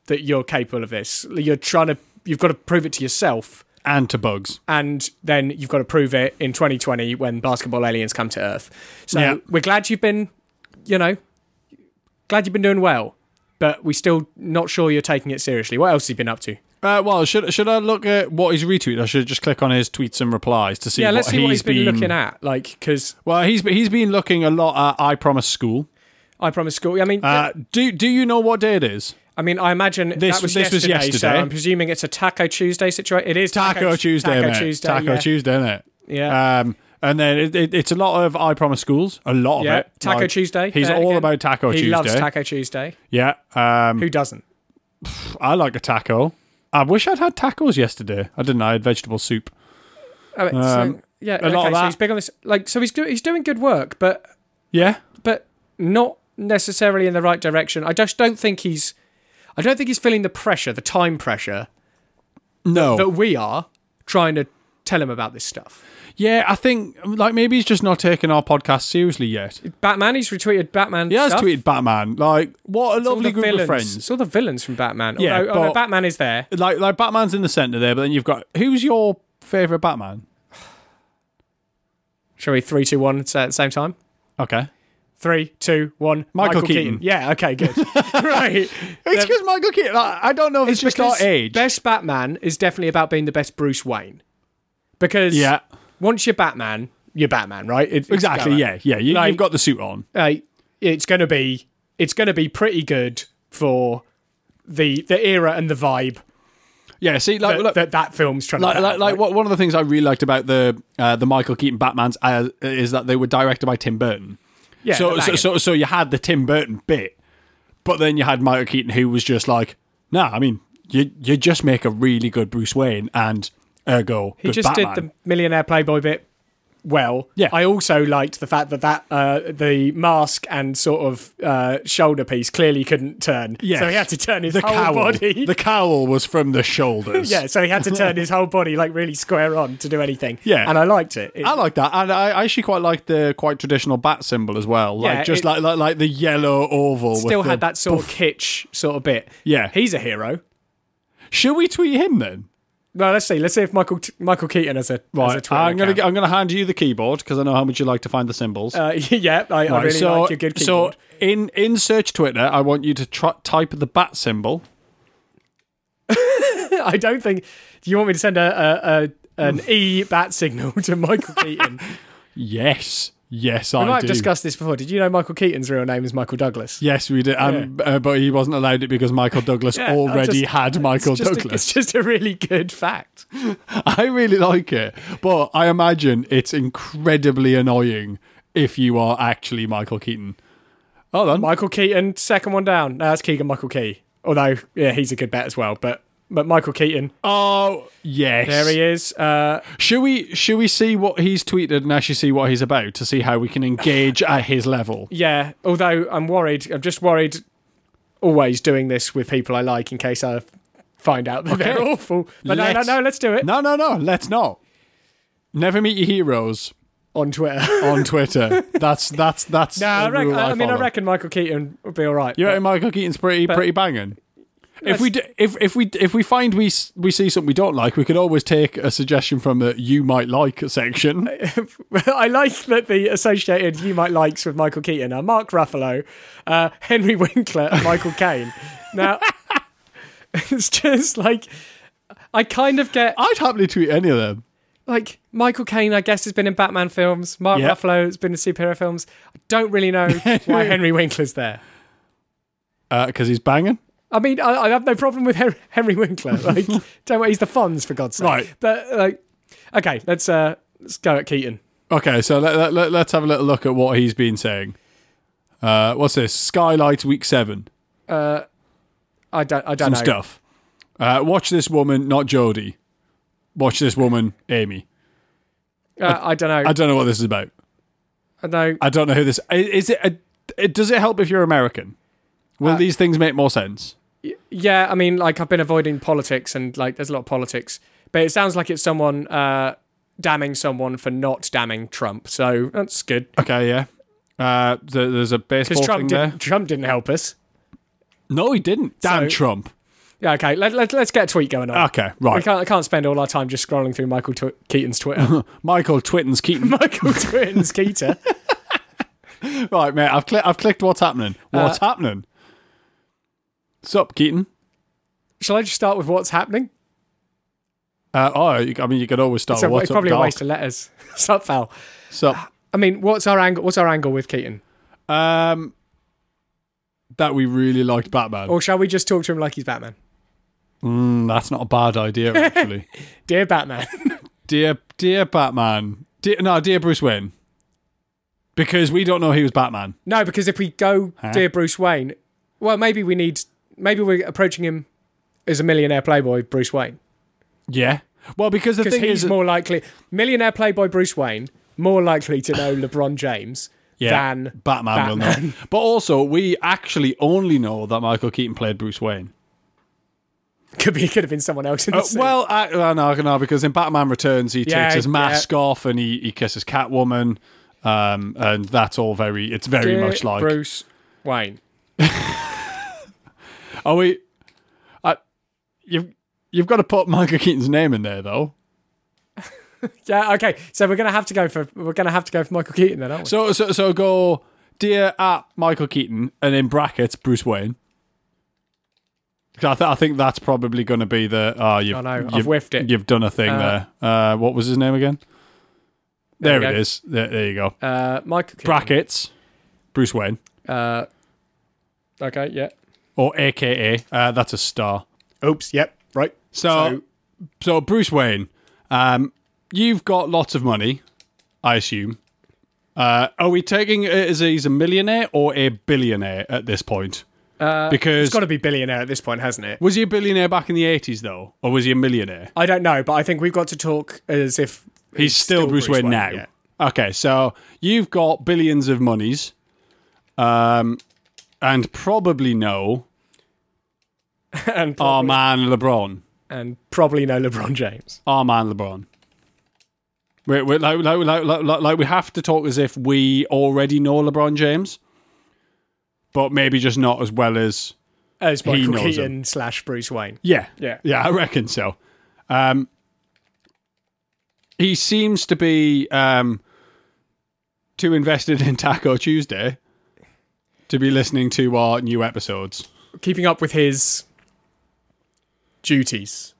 S2: that you're capable of this. You're trying to you've got to prove it to yourself,
S3: and to bugs.
S2: and then you've got to prove it in 2020 when basketball aliens come to Earth. So
S3: Yeah.
S2: we're glad you've been, you know, glad you've been doing well, but we're still not sure you're taking it seriously. What else has he been up to?
S3: Uh, well, should should I look at what he's retweeted? I should just click on his tweets and replies to see.
S2: Yeah,
S3: what
S2: let's see what he's been,
S3: been
S2: looking at. Like, because
S3: Well, he's been- he's been looking a lot at I Promise School.
S2: I promise school. I mean,
S3: Uh, do do you know what day it is?
S2: I mean, I imagine
S3: This-
S2: that was
S3: this was
S2: yesterday, So
S3: yesterday.
S2: I'm presuming it's a Taco Tuesday situation. It is
S3: Taco Tuesday,
S2: Taco
S3: mate.
S2: Tuesday.
S3: Taco
S2: yeah.
S3: Tuesday, innit?
S2: Yeah.
S3: Um, And then it, it, it's a lot of I Promise Schools, a lot
S2: Yeah,
S3: of it.
S2: Taco
S3: Like,
S2: Tuesday.
S3: He's
S2: there
S3: all
S2: again.
S3: about Taco
S2: he
S3: Tuesday.
S2: loves Taco Tuesday.
S3: Yeah. Um,
S2: Who doesn't?
S3: I like a taco. I wish I'd had tacos yesterday. I didn't. I had vegetable soup.
S2: Oh, it's,
S3: Um,
S2: so, yeah,
S3: a lot
S2: okay,
S3: of
S2: so
S3: that-
S2: he's big on this. Like, so he's do, he's doing good work, but
S3: Yeah.
S2: but not necessarily in the right direction. I just don't think he's. I don't think he's feeling the pressure, the time pressure
S3: No.
S2: that we are trying to tell him about this stuff.
S3: yeah, I think like maybe he's just not taking our podcast seriously yet.
S2: Batman, he's retweeted Batman.
S3: He has
S2: stuff.
S3: tweeted Batman. Like, what a
S2: It's all
S3: lovely
S2: the
S3: group
S2: villains.
S3: of
S2: It's
S3: friends.
S2: all the villains from Batman.
S3: Yeah,
S2: although, although
S3: but-
S2: Batman is there.
S3: Like, like Batman's in the center there, but then you've got who's your favorite Batman?
S2: Shall we three, two, one say it at the same time?
S3: Okay,
S2: Three, two, one.
S3: Michael Keaton.
S2: Yeah. Okay. Good. right.
S3: it's because Michael Keaton. Like, I don't know if it's, just our
S2: because
S3: age.
S2: Best Batman is definitely about being the best Bruce Wayne. Because
S3: yeah,
S2: once you're Batman, you're Batman, right? It- it's
S3: exactly.
S2: Batman.
S3: Yeah, yeah. You,
S2: Like-
S3: you've got the suit on.
S2: uh, it's going to be it's going to be pretty good for the the era and the vibe
S3: Yeah. See, like,
S2: that
S3: look,
S2: that, that film's trying
S3: like,
S2: to. put
S3: like,
S2: out,
S3: like
S2: right?
S3: what, one of the things I really liked about the uh, the Michael Keaton Batman's uh, is that they were directed by Tim Burton.
S2: yeah,
S3: so,
S2: they're
S3: so,
S2: banging.
S3: so, so you had the Tim Burton bit, but then you had Michael Keaton who was just like, nah, I mean, you you just make a really good Bruce Wayne and ergo
S2: he just did the millionaire playboy bit well.
S3: Yeah.
S2: I also liked the fact that that uh, the mask and sort of uh, shoulder piece clearly couldn't turn.
S3: Yes.
S2: so he had to turn his whole
S3: cowl.
S2: body.
S3: The cowl was from the shoulders.
S2: yeah, so he had to turn his whole body like really square on to do anything.
S3: Yeah.
S2: and I liked it. It-
S3: I like that, and I I actually quite like the quite traditional bat symbol as well. Like
S2: Yeah,
S3: just
S2: it-
S3: like, like like the yellow oval. with
S2: still
S3: the-
S2: had that sort of kitsch sort of bit.
S3: Yeah.
S2: he's a hero.
S3: Should we tweet him then?
S2: No, let's see. Let's see if Michael Michael Keaton has a has a
S3: Right,
S2: Twitter
S3: I'm gonna
S2: account.
S3: I'm gonna hand you the keyboard because I know how much you like to find the symbols.
S2: Uh, yeah, I, I
S3: Right,
S2: really
S3: so,
S2: like your good keyboard.
S3: So in in search Twitter, I want you to try, type the bat symbol.
S2: I don't think. Do you want me to send a, a, a an e bat signal to Michael Keaton?
S3: Yes, yes,
S2: We
S3: I
S2: might have
S3: do.
S2: discussed this before. Did you know Michael Keaton's real name is Michael Douglas?
S3: yes, we did, um, uh, but he wasn't allowed it because Michael Douglas
S2: Yeah, I
S3: already
S2: just-
S3: had Michael
S2: Just a- it's
S3: Douglas.
S2: just a really good fact.
S3: I really like it, but I imagine it's incredibly annoying if you are actually Michael Keaton. Hold on,
S2: Michael Keaton, second one down. No, that's Keegan Michael Key. Although, yeah, he's a good bet as well. But but Michael Keaton,
S3: oh yes,
S2: there he is. Uh,
S3: Should we should we see what he's tweeted and actually see what he's about to see how we can engage at his level?
S2: yeah. Although I'm worried. I'm just worried. Always doing this with people I like in case I find out that they're
S3: Okay.
S2: awful. But no,
S3: Let's-
S2: no, no. Let's do it
S3: No, no, no. Let's not. Never meet your heroes
S2: on Twitter.
S3: on Twitter. that's that's that's.
S2: No, I,
S3: a
S2: reckon,
S3: rule
S2: I, mean, I
S3: follow.
S2: reckon Michael Keaton would be all right.
S3: You reckon Michael Keaton's pretty pretty banging. If we do, if if we if we find we s- we see something we don't like, we could always take a suggestion from the you might like section.
S2: I like that the associated you might likes with Michael Keaton are Mark Ruffalo, uh, Henry Winkler, and Michael Caine. Now, it's just like I kind of get
S3: I'd happily tweet any of them.
S2: like Michael Caine. I guess has been in Batman films. Mark
S3: Yeah.
S2: Ruffalo has been in superhero films. I don't really know why Henry Winkler's there.
S3: Because uh, he's banging.
S2: I mean, I, I have no problem with Hen- Henry Winkler. Like, don't worry, he's the Fonz for God's sake.
S3: Right.
S2: But like, okay, let's uh, let's go at Keaton.
S3: Okay, so let, let, let, us have a little look at what he's been saying. Uh, what's this? Skylight Week 7.
S2: I don't. I don't
S3: Some
S2: know.
S3: stuff. Uh, watch this woman, not Jodie. Watch this woman, Amy.
S2: Uh, I don't know.
S3: I don't know what this is about.
S2: I know.
S3: I don't know who this i- is. It, a, it does it help if you're American? Will these things make more sense?
S2: Yeah, I mean, like I've been avoiding politics, and like there's a lot of politics, but it sounds like it's someone uh, damning someone for not damning Trump. So that's good
S3: Okay, yeah. Uh, th- there's a
S2: because
S3: baseball thing
S2: Trump
S3: there.
S2: didn't. Trump didn't help us.
S3: No, he didn't. Damn
S2: So-
S3: Trump.
S2: Yeah, okay. Let, let, let's get a tweet going on.
S3: Okay,
S2: We
S3: right.
S2: can't, I can't spend all our time just scrolling through Michael Tw- Keaton's Twitter.
S3: Michael Twitten's Keaton.
S2: Michael Keaton's Keaton.
S3: right, mate. I've, cli- I've clicked what's happening. What's happening? Sup, Keaton?
S2: Shall I just start with what's happening?
S3: Uh, oh, you- I mean, you could always start.
S2: It's, a,
S3: with
S2: it's
S3: what's up,
S2: probably a
S3: Doc?
S2: waste of letters. Sup, Val?
S3: Sup?
S2: I mean, what's our angle? What's our angle with Keaton?
S3: Um, that we really liked Batman.
S2: Or shall we just talk to him like he's Batman?
S3: Mm, that's not a bad idea, actually.
S2: Dear Batman.
S3: dear, dear Batman, De- no, dear Bruce Wayne, because we don't know he was Batman.
S2: No, because if we go,
S3: Huh?
S2: dear Bruce Wayne, well, maybe we need, maybe we're approaching him as a millionaire playboy Bruce Wayne.
S3: Yeah. Well, because the
S2: Because
S3: thing
S2: he's
S3: is,
S2: more likely, millionaire playboy Bruce Wayne, more likely to know LeBron James than
S3: Batman, will know. But also, we actually only know that Michael Keaton played Bruce Wayne.
S2: Could, be, could have been someone else in the
S3: Uh,
S2: suit.
S3: well, I, I no, no, because in Batman Returns, he
S2: Yeah,
S3: takes his
S2: yeah.
S3: mask off and he, he kisses Catwoman, um, and that's all very. It's very
S2: Dear
S3: much like.
S2: Bruce Wayne.
S3: Are we? I, you've you've got to put Michael Keaton's name in there though.
S2: Yeah, okay. So we're gonna have to go for we're gonna have to go for Michael Keaton then, aren't we?
S3: So so so go, dear at Michael Keaton, and in brackets Bruce Wayne. 'Cause I, th- I think that's probably going to be the. Oh, you've,
S2: I know, I've
S3: you've
S2: whiffed it.
S3: You've done a thing
S2: Uh,
S3: there. Uh, what was his name again? There,
S2: we
S3: it
S2: go.
S3: is. There, there you go.
S2: Uh, Michael Keaton.
S3: brackets Bruce Wayne
S2: Uh, okay, yeah.
S3: or AKA uh, that's a star.
S2: Oops. Yep. Right.
S3: So, so, Bruce Wayne, um, you've got lots of money, I assume. Uh, are we taking it as he's a millionaire or a billionaire at this point? Uh, because
S2: It's got to be billionaire at this point, hasn't it?
S3: was he a billionaire back in the eighties though, or was he a millionaire?
S2: I don't know, but I think we've got to talk as if
S3: He's still, Bruce, Wayne, now.
S2: yeah.
S3: Okay, so you've got billions of monies, um, and probably no
S2: and
S3: our
S2: probably,
S3: man LeBron.
S2: and probably no LeBron James.
S3: our man LeBron. We're, we're like, like, like, like- like, like we have to talk as if we already know LeBron James, but maybe just not as well as
S2: As Michael
S3: knows
S2: Keaton slash Bruce Wayne.
S3: yeah,
S2: Yeah.
S3: yeah. I reckon so. Um, he seems to be um, too invested in Taco Tuesday to be listening to our new episodes.
S2: Keeping up with his duties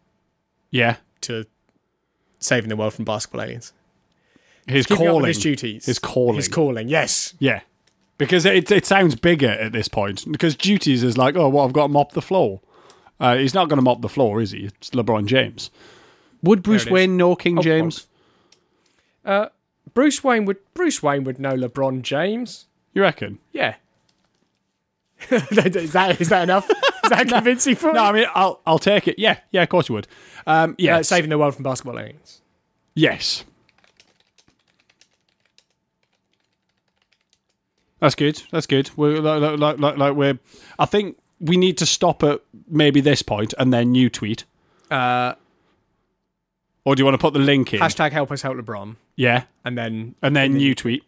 S3: Yeah,
S2: to saving the world from basketball aliens.
S3: his
S2: Keeping up
S3: calling,
S2: with his duties.
S3: his calling,
S2: His calling. Yes.
S3: Yeah. Because it, it sounds bigger at this point. Because duties is like, oh, well, I've got to mop the floor. Uh, he's not going to mop the floor, is he? It's LeBron James. Would Bruce
S2: it is.
S3: Wayne know King James?
S2: Bruce Wayne would Bruce Wayne would know LeBron James.
S3: You reckon?
S2: Yeah. is that is that enough? Is that convincing for
S3: No,
S2: you?
S3: I mean, I'll I'll take it. Yeah, yeah, of course you would. Um,
S2: Uh,
S3: yeah,
S2: saving the world from basketball aliens.
S3: yes. That's good. That's good. We're like, like- like, like, like we're. I think we need to stop at maybe this point and then you tweet.
S2: Uh,
S3: Or do you want to put the link in?
S2: hashtag help us help LeBron,
S3: yeah.
S2: and then
S3: and then you tweet.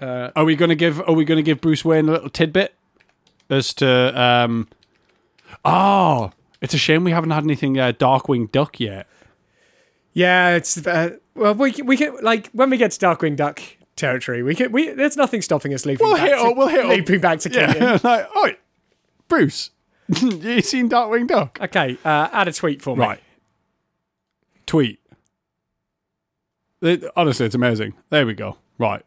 S3: are we gonna give Are we gonna give Bruce Wayne a little tidbit as to? Um, oh, it's a shame we haven't had anything uh, Darkwing Duck yet.
S2: yeah, it's uh, well we can, we can like when we get to Darkwing Duck territory, we can we there's nothing stopping us leaping
S3: We'll
S2: back
S3: hit
S2: to,
S3: up, we'll hit up.
S2: leaping back to Keaton.
S3: like, oh, Bruce, you seen Darkwing Duck?
S2: Okay, uh, add a tweet for me.
S3: Right. Tweet. It- honestly, it's amazing. There we go. Right.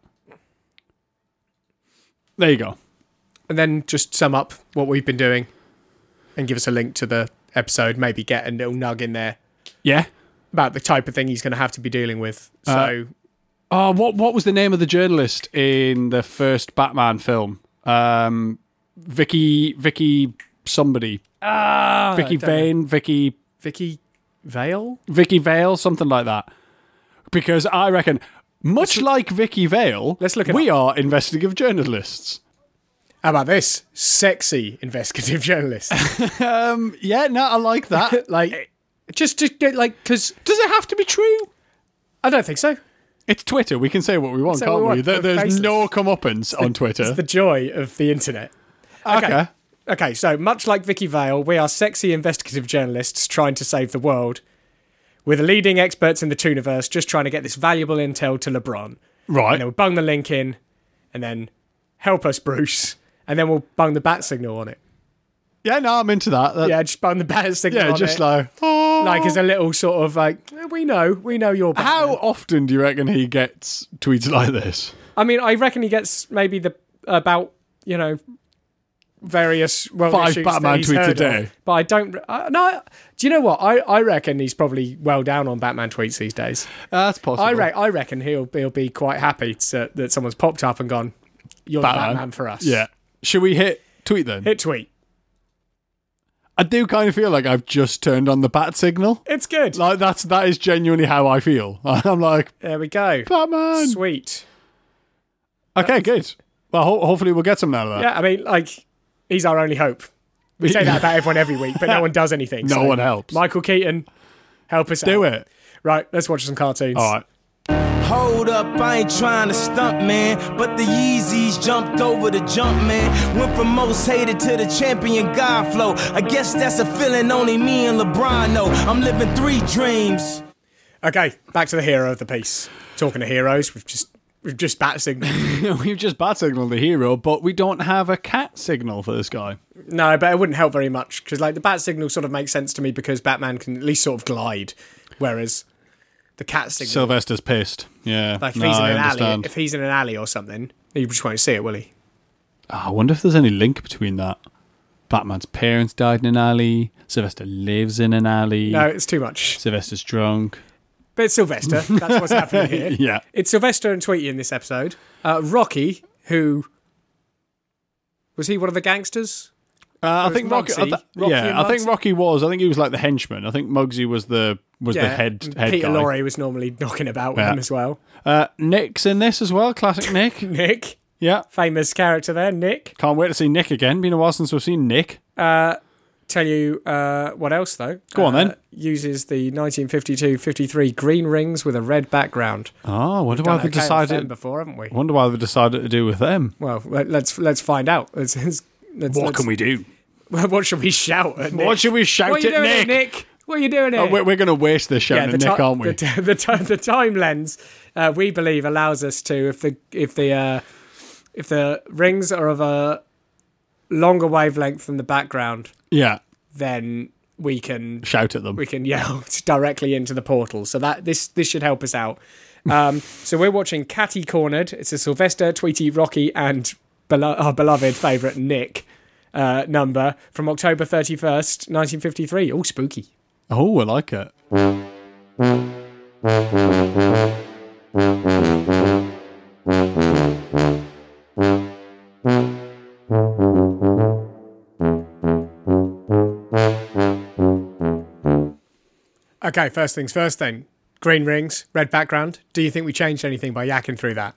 S3: There you go.
S2: and then just sum up what we've been doing, and give us a link to the episode. Maybe get a little nug in there
S3: Yeah.
S2: about the type of thing he's going to have to be dealing with. So
S3: Oh, what what was the name of the journalist in the first Batman film? Um, Vicky Vicky somebody. Ah,
S2: Oh,
S3: Vicky
S2: uh, don't know.
S3: Vane, Vicky
S2: Vicky Vale,
S3: Vicky Vale, something like that. Because I reckon, much like Vicky Vale,
S2: Let's look it
S3: we are investigative journalists.
S2: how about this sexy investigative journalist?
S3: Um, yeah, no, I like that.
S2: like, just to get like because
S3: Does it have to be true?
S2: I don't think so.
S3: It's Twitter. We can say what we want,
S2: Say what
S3: can't
S2: we
S3: we?
S2: want.
S3: There,
S2: We're
S3: there's
S2: faceless.
S3: no comeuppance on Twitter.
S2: It's the joy of the internet.
S3: okay.
S2: Okay, so much like Vicky Vale, we are sexy investigative journalists trying to save the world. We're the leading experts in the Tooniverse, just trying to get this valuable intel to LeBron.
S3: Right.
S2: And then we'll bung the link in, and then help us, Bruce. And then we'll bung the bat signal on it.
S3: Yeah, no, I'm into that. That-
S2: Yeah, just bung the bat signal
S3: yeah,
S2: on
S3: just
S2: it.
S3: like, oh.
S2: like as a little sort of like, "Eh, we know, we know you're Batman.
S3: How often do you reckon he gets tweets like this?
S2: I mean, I reckon he gets maybe the about you know various well
S3: Five
S2: issues
S3: Batman
S2: that he's
S3: tweets a
S2: heard
S3: day.
S2: of. But I don't. I, no, I- do you know what? I, I reckon he's probably well down on Batman tweets these days.
S3: That's possible.
S2: I, re- I reckon he'll he'll be quite happy to, that someone's popped up and gone, "You're the Batman, for us."
S3: Yeah. Should we hit tweet then?
S2: hit tweet.
S3: I do kind of feel like I've just turned on the bat signal.
S2: It's good.
S3: Like that's that is genuinely how I feel. I'm like
S2: there we go.
S3: Batman.
S2: Sweet.
S3: Okay, good. Well, ho- hopefully we'll get something out of that.
S2: Yeah, I mean, like he's our only hope. We say that about everyone every week, but no one does anything.
S3: No
S2: so.
S3: one helps.
S2: Michael Keaton, help us
S3: Do
S2: out.
S3: it.
S2: Right, let's watch some cartoons.
S3: All right.
S5: Hold up, I ain't trying to stunt, man. But the Yeezys jumped over the jump, man. Went from most hated to the champion God flow. I guess that's a feeling only me and LeBron know. I'm living three dreams.
S2: Okay, back to the hero of the piece. Talking to heroes, we've just we've just bat signal.
S3: We've just bat signaled the hero, but we don't have a cat signal for this guy.
S2: no, but it wouldn't help very much because like the bat signal sort of makes sense to me because Batman can at least sort of glide, whereas the cat signal,
S3: Sylvester's pissed. Yeah.
S2: like if
S3: no,
S2: he's in
S3: I
S2: an alley,
S3: understand.
S2: if he's in an alley or something, he just won't see it, will he?
S3: Ah, I wonder if there's any link between that. Batman's parents died in an alley. Sylvester lives in an alley.
S2: No, it's too much.
S3: Sylvester's drunk.
S2: But it's Sylvester. That's what's happening here.
S3: Yeah.
S2: It's Sylvester and Tweety in this episode. Uh, Rocky, who was he one of the gangsters?
S3: Uh, I
S2: Whereas
S3: think Rocky. I
S2: Muggsy-
S3: th-
S2: Rocky and
S3: yeah, I think
S2: Muggsy-
S3: Rocky was. I think he was like the henchman. I think Muggsy was the was the head
S2: and
S3: head
S2: Peter
S3: guy.
S2: Lorre was normally knocking about with
S3: Yeah.
S2: him as well.
S3: Uh, Nick's in this as well. Classic Nick.
S2: Nick,
S3: yeah.
S2: famous character there. Nick.
S3: Can't wait to see Nick again. Been a while since we've seen Nick.
S2: Tell you uh, what else though.
S3: Go on,
S2: Uh,
S3: then.
S2: Uses the 1952-53 green rings with a red background.
S3: Oh, I wonder
S2: Done
S3: why they
S2: okay with them
S3: decided.
S2: before, haven't we?
S3: wonder why they decided to do with them.
S2: Well, let- let's let's find out. Let's, let's, let's,
S3: we do?
S2: we? What should we shout? At Nick?
S3: What should we shout
S2: What are you
S3: at
S2: doing here,
S3: Nick?
S2: Nick? What are you doing here?
S3: Oh, we're, we're going to waste this shouting at
S2: the
S3: Nick,
S2: ti-
S3: aren't we?
S2: The, ti- the, ti- the time lens uh, we believe allows us to, if the if the uh, if the rings are of a longer wavelength than the background,
S3: yeah,
S2: then we can
S3: shout at them.
S2: we can yell directly into the portal. So that this this should help us out. Um, so we're watching Catty Cornered. It's a Sylvester, Tweety, Rocky, and belo- our beloved favourite Nick uh, number from October thirty first, nineteen fifty three. All spooky.
S3: Oh, I like it.
S2: Okay, first things first then. Green rings, red background. Do you think we changed anything by yakking through that?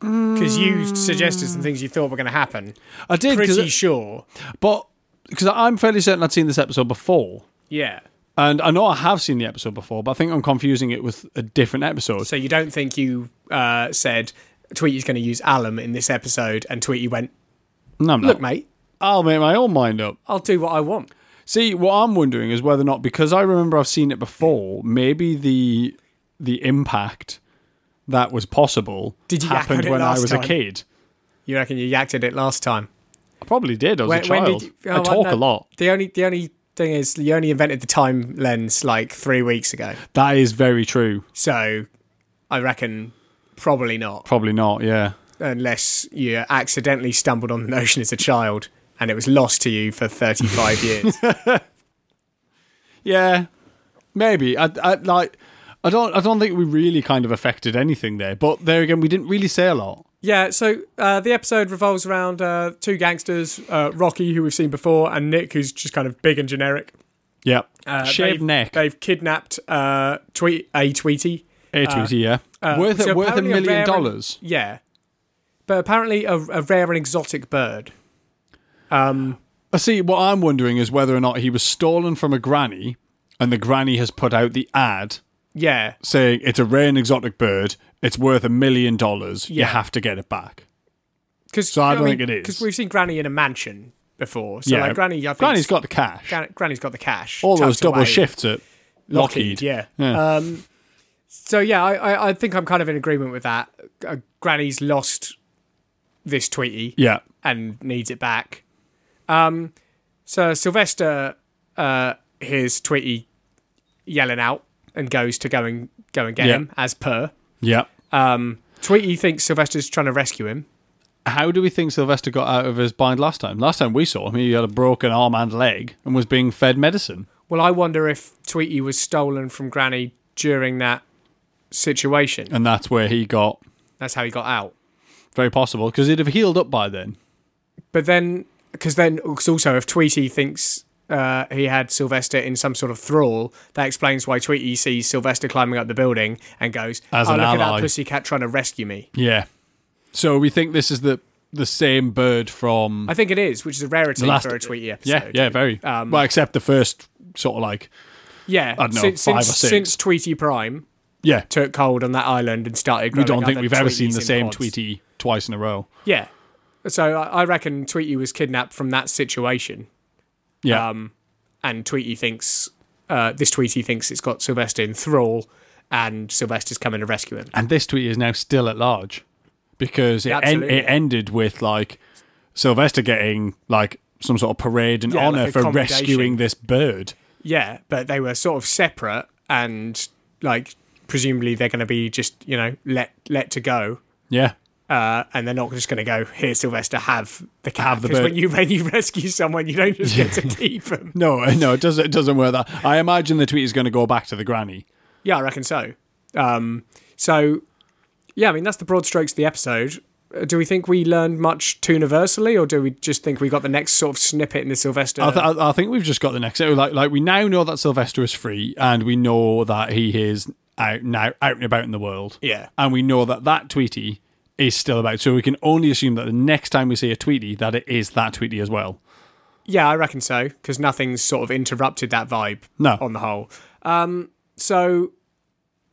S2: Because you suggested some things you thought were going to happen.
S3: I did, 'cause
S2: Pretty
S3: it-
S2: sure.
S3: but because I'm fairly certain I'd seen this episode before,
S2: Yeah.
S3: and I know I have seen the episode before, but I think I'm confusing it with a different episode.
S2: So you don't think you uh, said Tweety's going to use alum in this episode, and Tweety went,
S3: no, I'm not.
S2: "Look, mate,
S3: I'll make my own mind up.
S2: I'll do what I want."
S3: See, what I'm wondering is whether or not because I remember I've seen it before, maybe the the impact that was possible
S2: Did you yak on
S3: happened
S2: it
S3: when I
S2: last
S3: was
S2: time?
S3: a kid.
S2: You reckon you yacked at it last time?
S3: I probably did. I was a child.
S2: you-
S3: I
S2: oh,
S3: talk
S2: no.
S3: a lot.
S2: The only the only thing is you only invented the time lens like three weeks ago,
S3: That is very true.
S2: so I reckon probably not.
S3: Probably not. Yeah.
S2: unless you accidentally stumbled on the notion as a child and it was lost to you for 35 years.
S3: Yeah, maybe. I, I like. I don't. I don't think we really kind of affected anything there. But there again, we didn't really say a lot.
S2: yeah, so uh, the episode revolves around uh, two gangsters, uh, Rocky, who we've seen before, and Nick, who's just kind of big and generic.
S3: Yeah.
S2: Uh,
S3: Shaved
S2: they've-
S3: neck.
S2: They've kidnapped uh, tweet, a Tweety.
S3: A tweety, yeah. worth
S2: uh, So
S3: a, worth a
S2: apparently rare
S3: million
S2: and-
S3: dollars.
S2: yeah. But apparently a, a rare and exotic bird.
S3: I Uh, see. What I'm wondering is whether or not he was stolen from a granny, and the granny has put out the ad
S2: Yeah.
S3: saying it's a rare and exotic bird. It's worth a million dollars. You
S2: Yeah.
S3: have to get it back.
S2: Cause,
S3: So I don't think it is.
S2: Because we've seen Granny in a mansion before. So
S3: yeah,
S2: like Granny, I think
S3: Granny's got the cash.
S2: Gran- Granny's got the cash.
S3: All those
S2: tucked
S3: double
S2: away.
S3: shifts at Lockheed.
S2: yeah.
S3: Yeah.
S2: Um, so yeah, I, I, I think I'm kind of in agreement with that. Uh, Granny's lost this Tweety
S3: yeah.
S2: and needs it back. Um, so Sylvester uh, hears Tweety yelling out and goes to go and go and get
S3: Yeah.
S2: him as per.
S3: Yeah. Uh,
S2: Um, Tweety thinks Sylvester's trying to rescue him.
S3: How do we think Sylvester got out of his bind last time? Last time we saw him, he had a broken arm and leg and was being fed medicine.
S2: Well, I wonder if Tweety was stolen from Granny during that situation.
S3: And that's where he got
S2: That's how he got out.
S3: very possible because he'd have healed up by then.
S2: But then, because then, 'cause also, if Tweety thinks uh, he had Sylvester in some sort of thrall, that explains why Tweety sees Sylvester climbing up the building and goes,
S3: As
S2: "Oh,
S3: an
S2: look at
S3: ally."
S2: that pussycat trying to rescue me."
S3: Yeah. So we think this is the the same bird from
S2: I think it is, which is a rarity
S3: the last
S2: for a Tweety episode.
S3: Yeah, yeah, very.
S2: Um,
S3: well, except the first sort of like
S2: yeah.
S3: I don't know,
S2: since,
S3: five
S2: since,
S3: or six.
S2: since Tweety Prime
S3: yeah.
S2: took hold on that island and started.
S3: We
S2: Growing
S3: don't think
S2: other
S3: we've ever seen
S2: Tweeties
S3: the
S2: in
S3: same
S2: pods.
S3: Tweety twice in a row.
S2: Yeah. So I I reckon Tweety was kidnapped from that situation,
S3: Yeah.
S2: Um, and Tweety thinks uh, this Tweety thinks it's got Sylvester in thrall, and Sylvester's coming to rescue him.
S3: and this tweet is now still at large because it, en-
S2: Absolutely.
S3: it ended with like Sylvester getting like some sort of parade and
S2: Yeah,
S3: honor
S2: like a
S3: for
S2: commendation.
S3: rescuing this bird.
S2: Yeah, but they were sort of separate, and like presumably they're going to be just you know let let to go.
S3: Yeah.
S2: Uh, and they're not just going to go here, Sylvester. Have the cat.
S3: Have the
S2: 'Cause
S3: bird.
S2: When you when you rescue someone, you don't just get to keep them.
S3: No, no, it doesn't. It doesn't work that. I imagine the tweet is going to go back to the granny.
S2: Yeah, I reckon so. Um, so, yeah, I mean, that's the broad strokes of the episode. Uh, Do we think we learned much too universally, or do we just think we got the next sort of snippet in the Sylvester?
S3: I, th- I I think we've just got the next. Like, like we now know that Sylvester is free, and we know that he is out now, out and about in the world.
S2: Yeah. Uh,
S3: and we know that that Tweety is still about. So we can only assume that the next time we see a Tweety, that it is that Tweety as well.
S2: yeah, I reckon so, because nothing's sort of interrupted that vibe
S3: No.
S2: on the whole. Um, so,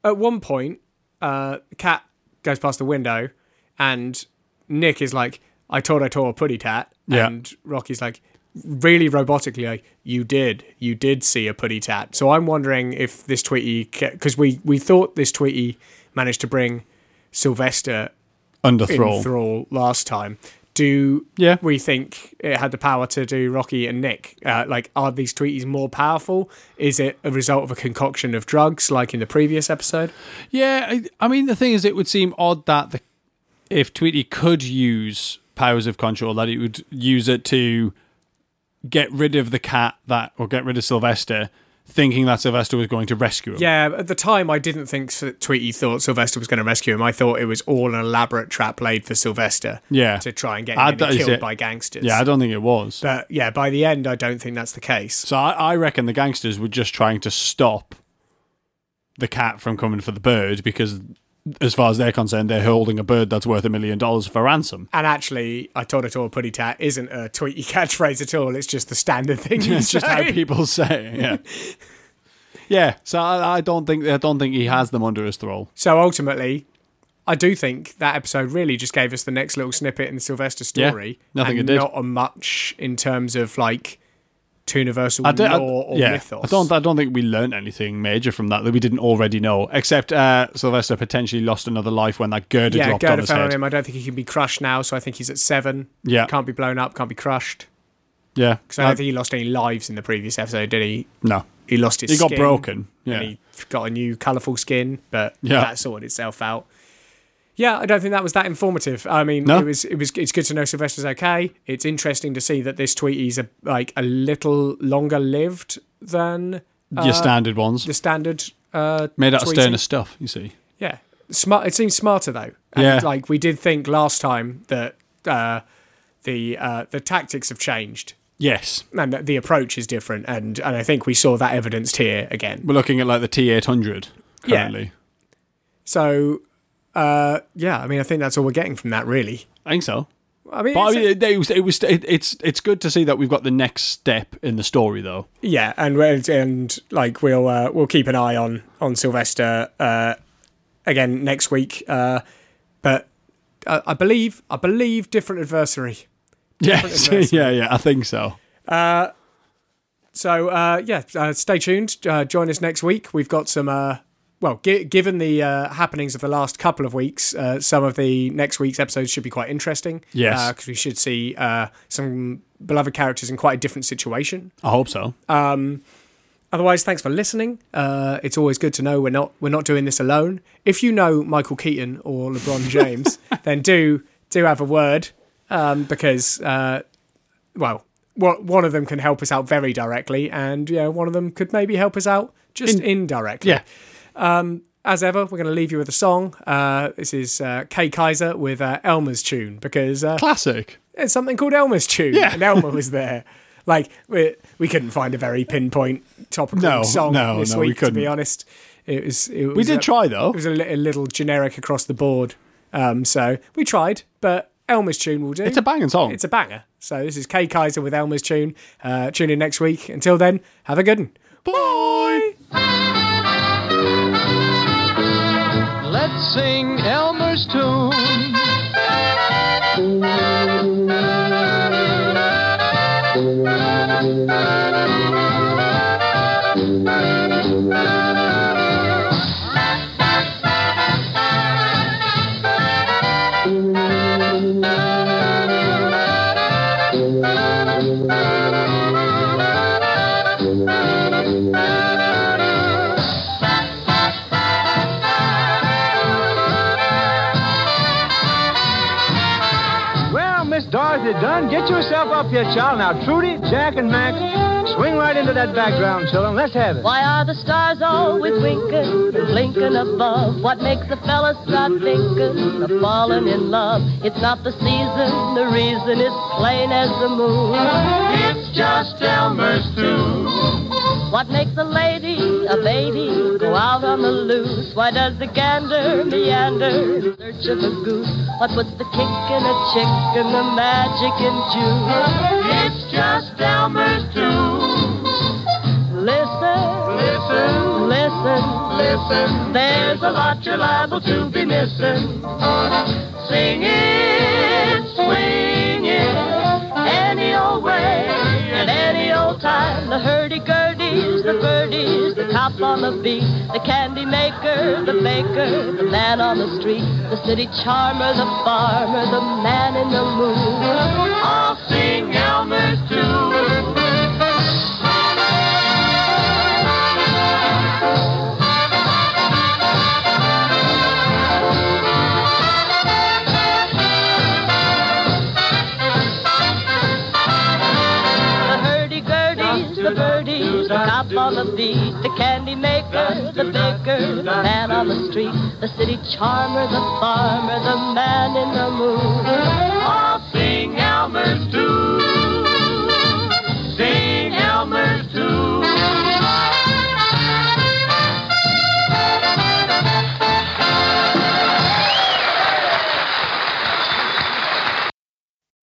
S2: at one point, uh, Cat goes past the window, and Nick is like, I told I tore a putty tat.
S3: Yeah.
S2: And Rocky's like, really robotically, like, you did. You did see a putty tat. So I'm wondering if this Tweety, because we, we thought this Tweety managed to bring Sylvester
S3: Under
S2: in
S3: thrall.
S2: thrall last time. Do
S3: Yeah.
S2: we think it had the power to do Rocky and Nick? Uh, like, are these Tweeties more powerful? Is it a result of a concoction of drugs, like in the previous episode?
S3: Yeah, I, I mean the thing is, it would seem odd that the, if Tweety could use powers of control, that he would use it to get rid of the cat that, or get rid of Sylvester, thinking that Sylvester was going to rescue him.
S2: Yeah, at the time, I didn't think S- Tweety thought Sylvester was going to rescue him. I thought it was all an elaborate trap laid for Sylvester.
S3: Yeah.
S2: to try and get
S3: I-
S2: him
S3: that
S2: and
S3: is
S2: killed
S3: it.
S2: by gangsters.
S3: yeah, I don't think it was.
S2: but yeah, by the end, I don't think that's the case.
S3: so I, I reckon the gangsters were just trying to stop the cat from coming for the bird because, as far as they're concerned, they're holding a bird that's worth a million dollars for ransom.
S2: And actually, I told it all. Putty tat isn't a Tweety catchphrase at all. It's just the standard thing. you
S3: it's just how
S2: say.
S3: people say it. Yeah. yeah. So I, I don't think I don't think he has them under his thrall.
S2: So ultimately, I do think that episode really just gave us the next little snippet in the Sylvester
S3: Yeah,
S2: story.
S3: nothing
S2: and
S3: it did.
S2: Not a much in terms of like to universal
S3: I don't. I-
S2: lore or
S3: yeah.
S2: mythos.
S3: I don't. I don't think we learned anything major from that that we didn't already know. Except uh, Sylvester potentially lost another life when that girder
S2: yeah,
S3: dropped on
S2: Gerda
S3: his
S2: fell on
S3: head.
S2: him. I don't think he can be crushed now, so I think he's at seven.
S3: Yeah.
S2: Can't be blown up, can't be crushed.
S3: Yeah.
S2: So I don't think he lost any lives in the previous episode, did he?
S3: no.
S2: He lost his
S3: He got
S2: skin,
S3: broken. Yeah.
S2: And he got a new colourful skin, but
S3: Yeah.
S2: that sorted itself out. Yeah, I don't think that was that informative. I mean,
S3: No.
S2: it was it was it's good to know Sylvester's okay. It's interesting to see that this Tweety's a, like a little longer lived than
S3: Your standard ones
S2: the standard uh
S3: made out of
S2: Tweety.
S3: sterner stuff. You see.
S2: Yeah. Smart it seems smarter though. And,
S3: Yeah.
S2: like we did think last time that uh the uh the tactics have changed
S3: Yes.
S2: and that the approach is different and and I think we saw that evidenced here again.
S3: We're looking at like the T eight hundred
S2: Yeah.
S3: currently.
S2: So, uh, yeah, I mean, I think that's all we're getting from that, really.
S3: I think so.
S2: I mean,
S3: But I
S2: it's-
S3: mean, it, it was, it was, it, it's it's good to see that we've got the next step in the story, though.
S2: yeah, and we're, and like we'll uh, we'll keep an eye on on Sylvester uh, again next week. Uh, but I, I believe I believe different adversary.
S3: Yes, yeah, yeah, I think so.
S2: So uh, yeah, uh, stay tuned. Uh, join us next week. We've got some. Uh, well, gi- given the uh, happenings of the last couple of weeks, uh, some of the next week's episodes should be quite interesting.
S3: Yes.
S2: because we should see uh, some beloved characters in quite a different situation.
S3: I hope so.
S2: Uh, Otherwise, thanks for listening. Uh, it's always good to know we're not we're not doing this alone. If you know Michael Keaton or LeBron James, then do do have a word um, because, uh, well, wha- one of them can help us out very directly, and yeah, one of them could maybe help us out just indirectly.
S3: Yeah.
S2: As ever, we're going to leave you with a song. Uh, this is uh, Kay Kaiser with uh, Elmer's tune because uh,
S3: Classic.
S2: it's something called Elmer's tune,
S3: Yeah.
S2: and Elmer was there. Like we we couldn't find a very pinpoint topical
S3: No,
S2: song
S3: no,
S2: this
S3: no, we
S2: week. to be
S3: couldn't.
S2: honest, it was. It was
S3: We did
S2: a-
S3: try, though.
S2: It was a, li- a little generic across the board. Um, so we tried, but Elmer's tune will do.
S3: It's a banging song.
S2: It's a banger. So this is Kay Kaiser with Elmer's tune. Uh, tune in next week. Until then, have a good one. Bye.
S6: Let's sing Elmer's tune. Well, Miss Dorothy Dunn, get yourself up here, child. Now, Trudy, Jack, and Max, swing right into that background, children. Let's have it.
S7: Why are the stars always winking, blinking above? What makes a fella stop thinking of falling in love? It's not the season, the reason is plain as the moon. It's just Elmer's tune. What makes a lady a lady go out on the loose? Why does the gander meander in search of a goose? What puts the kick in a chick and the magic in June? It's just Elmer's tune. Listen, listen, listen, listen. There's a lot you're liable to be missing. Sing it, swing it, any old way and any old time. The hurdy-gurdies, the birdies, the cop on the beat, the candy maker, the baker, the man on the street, the city charmer, the farmer, the man in the moon. I'll sing Elmer's tune. The hurdy-gurdies, the birdies, the cop on the beat, the candy maker, the baker, the man on the street, the city charmer, the farmer, the man in the moon.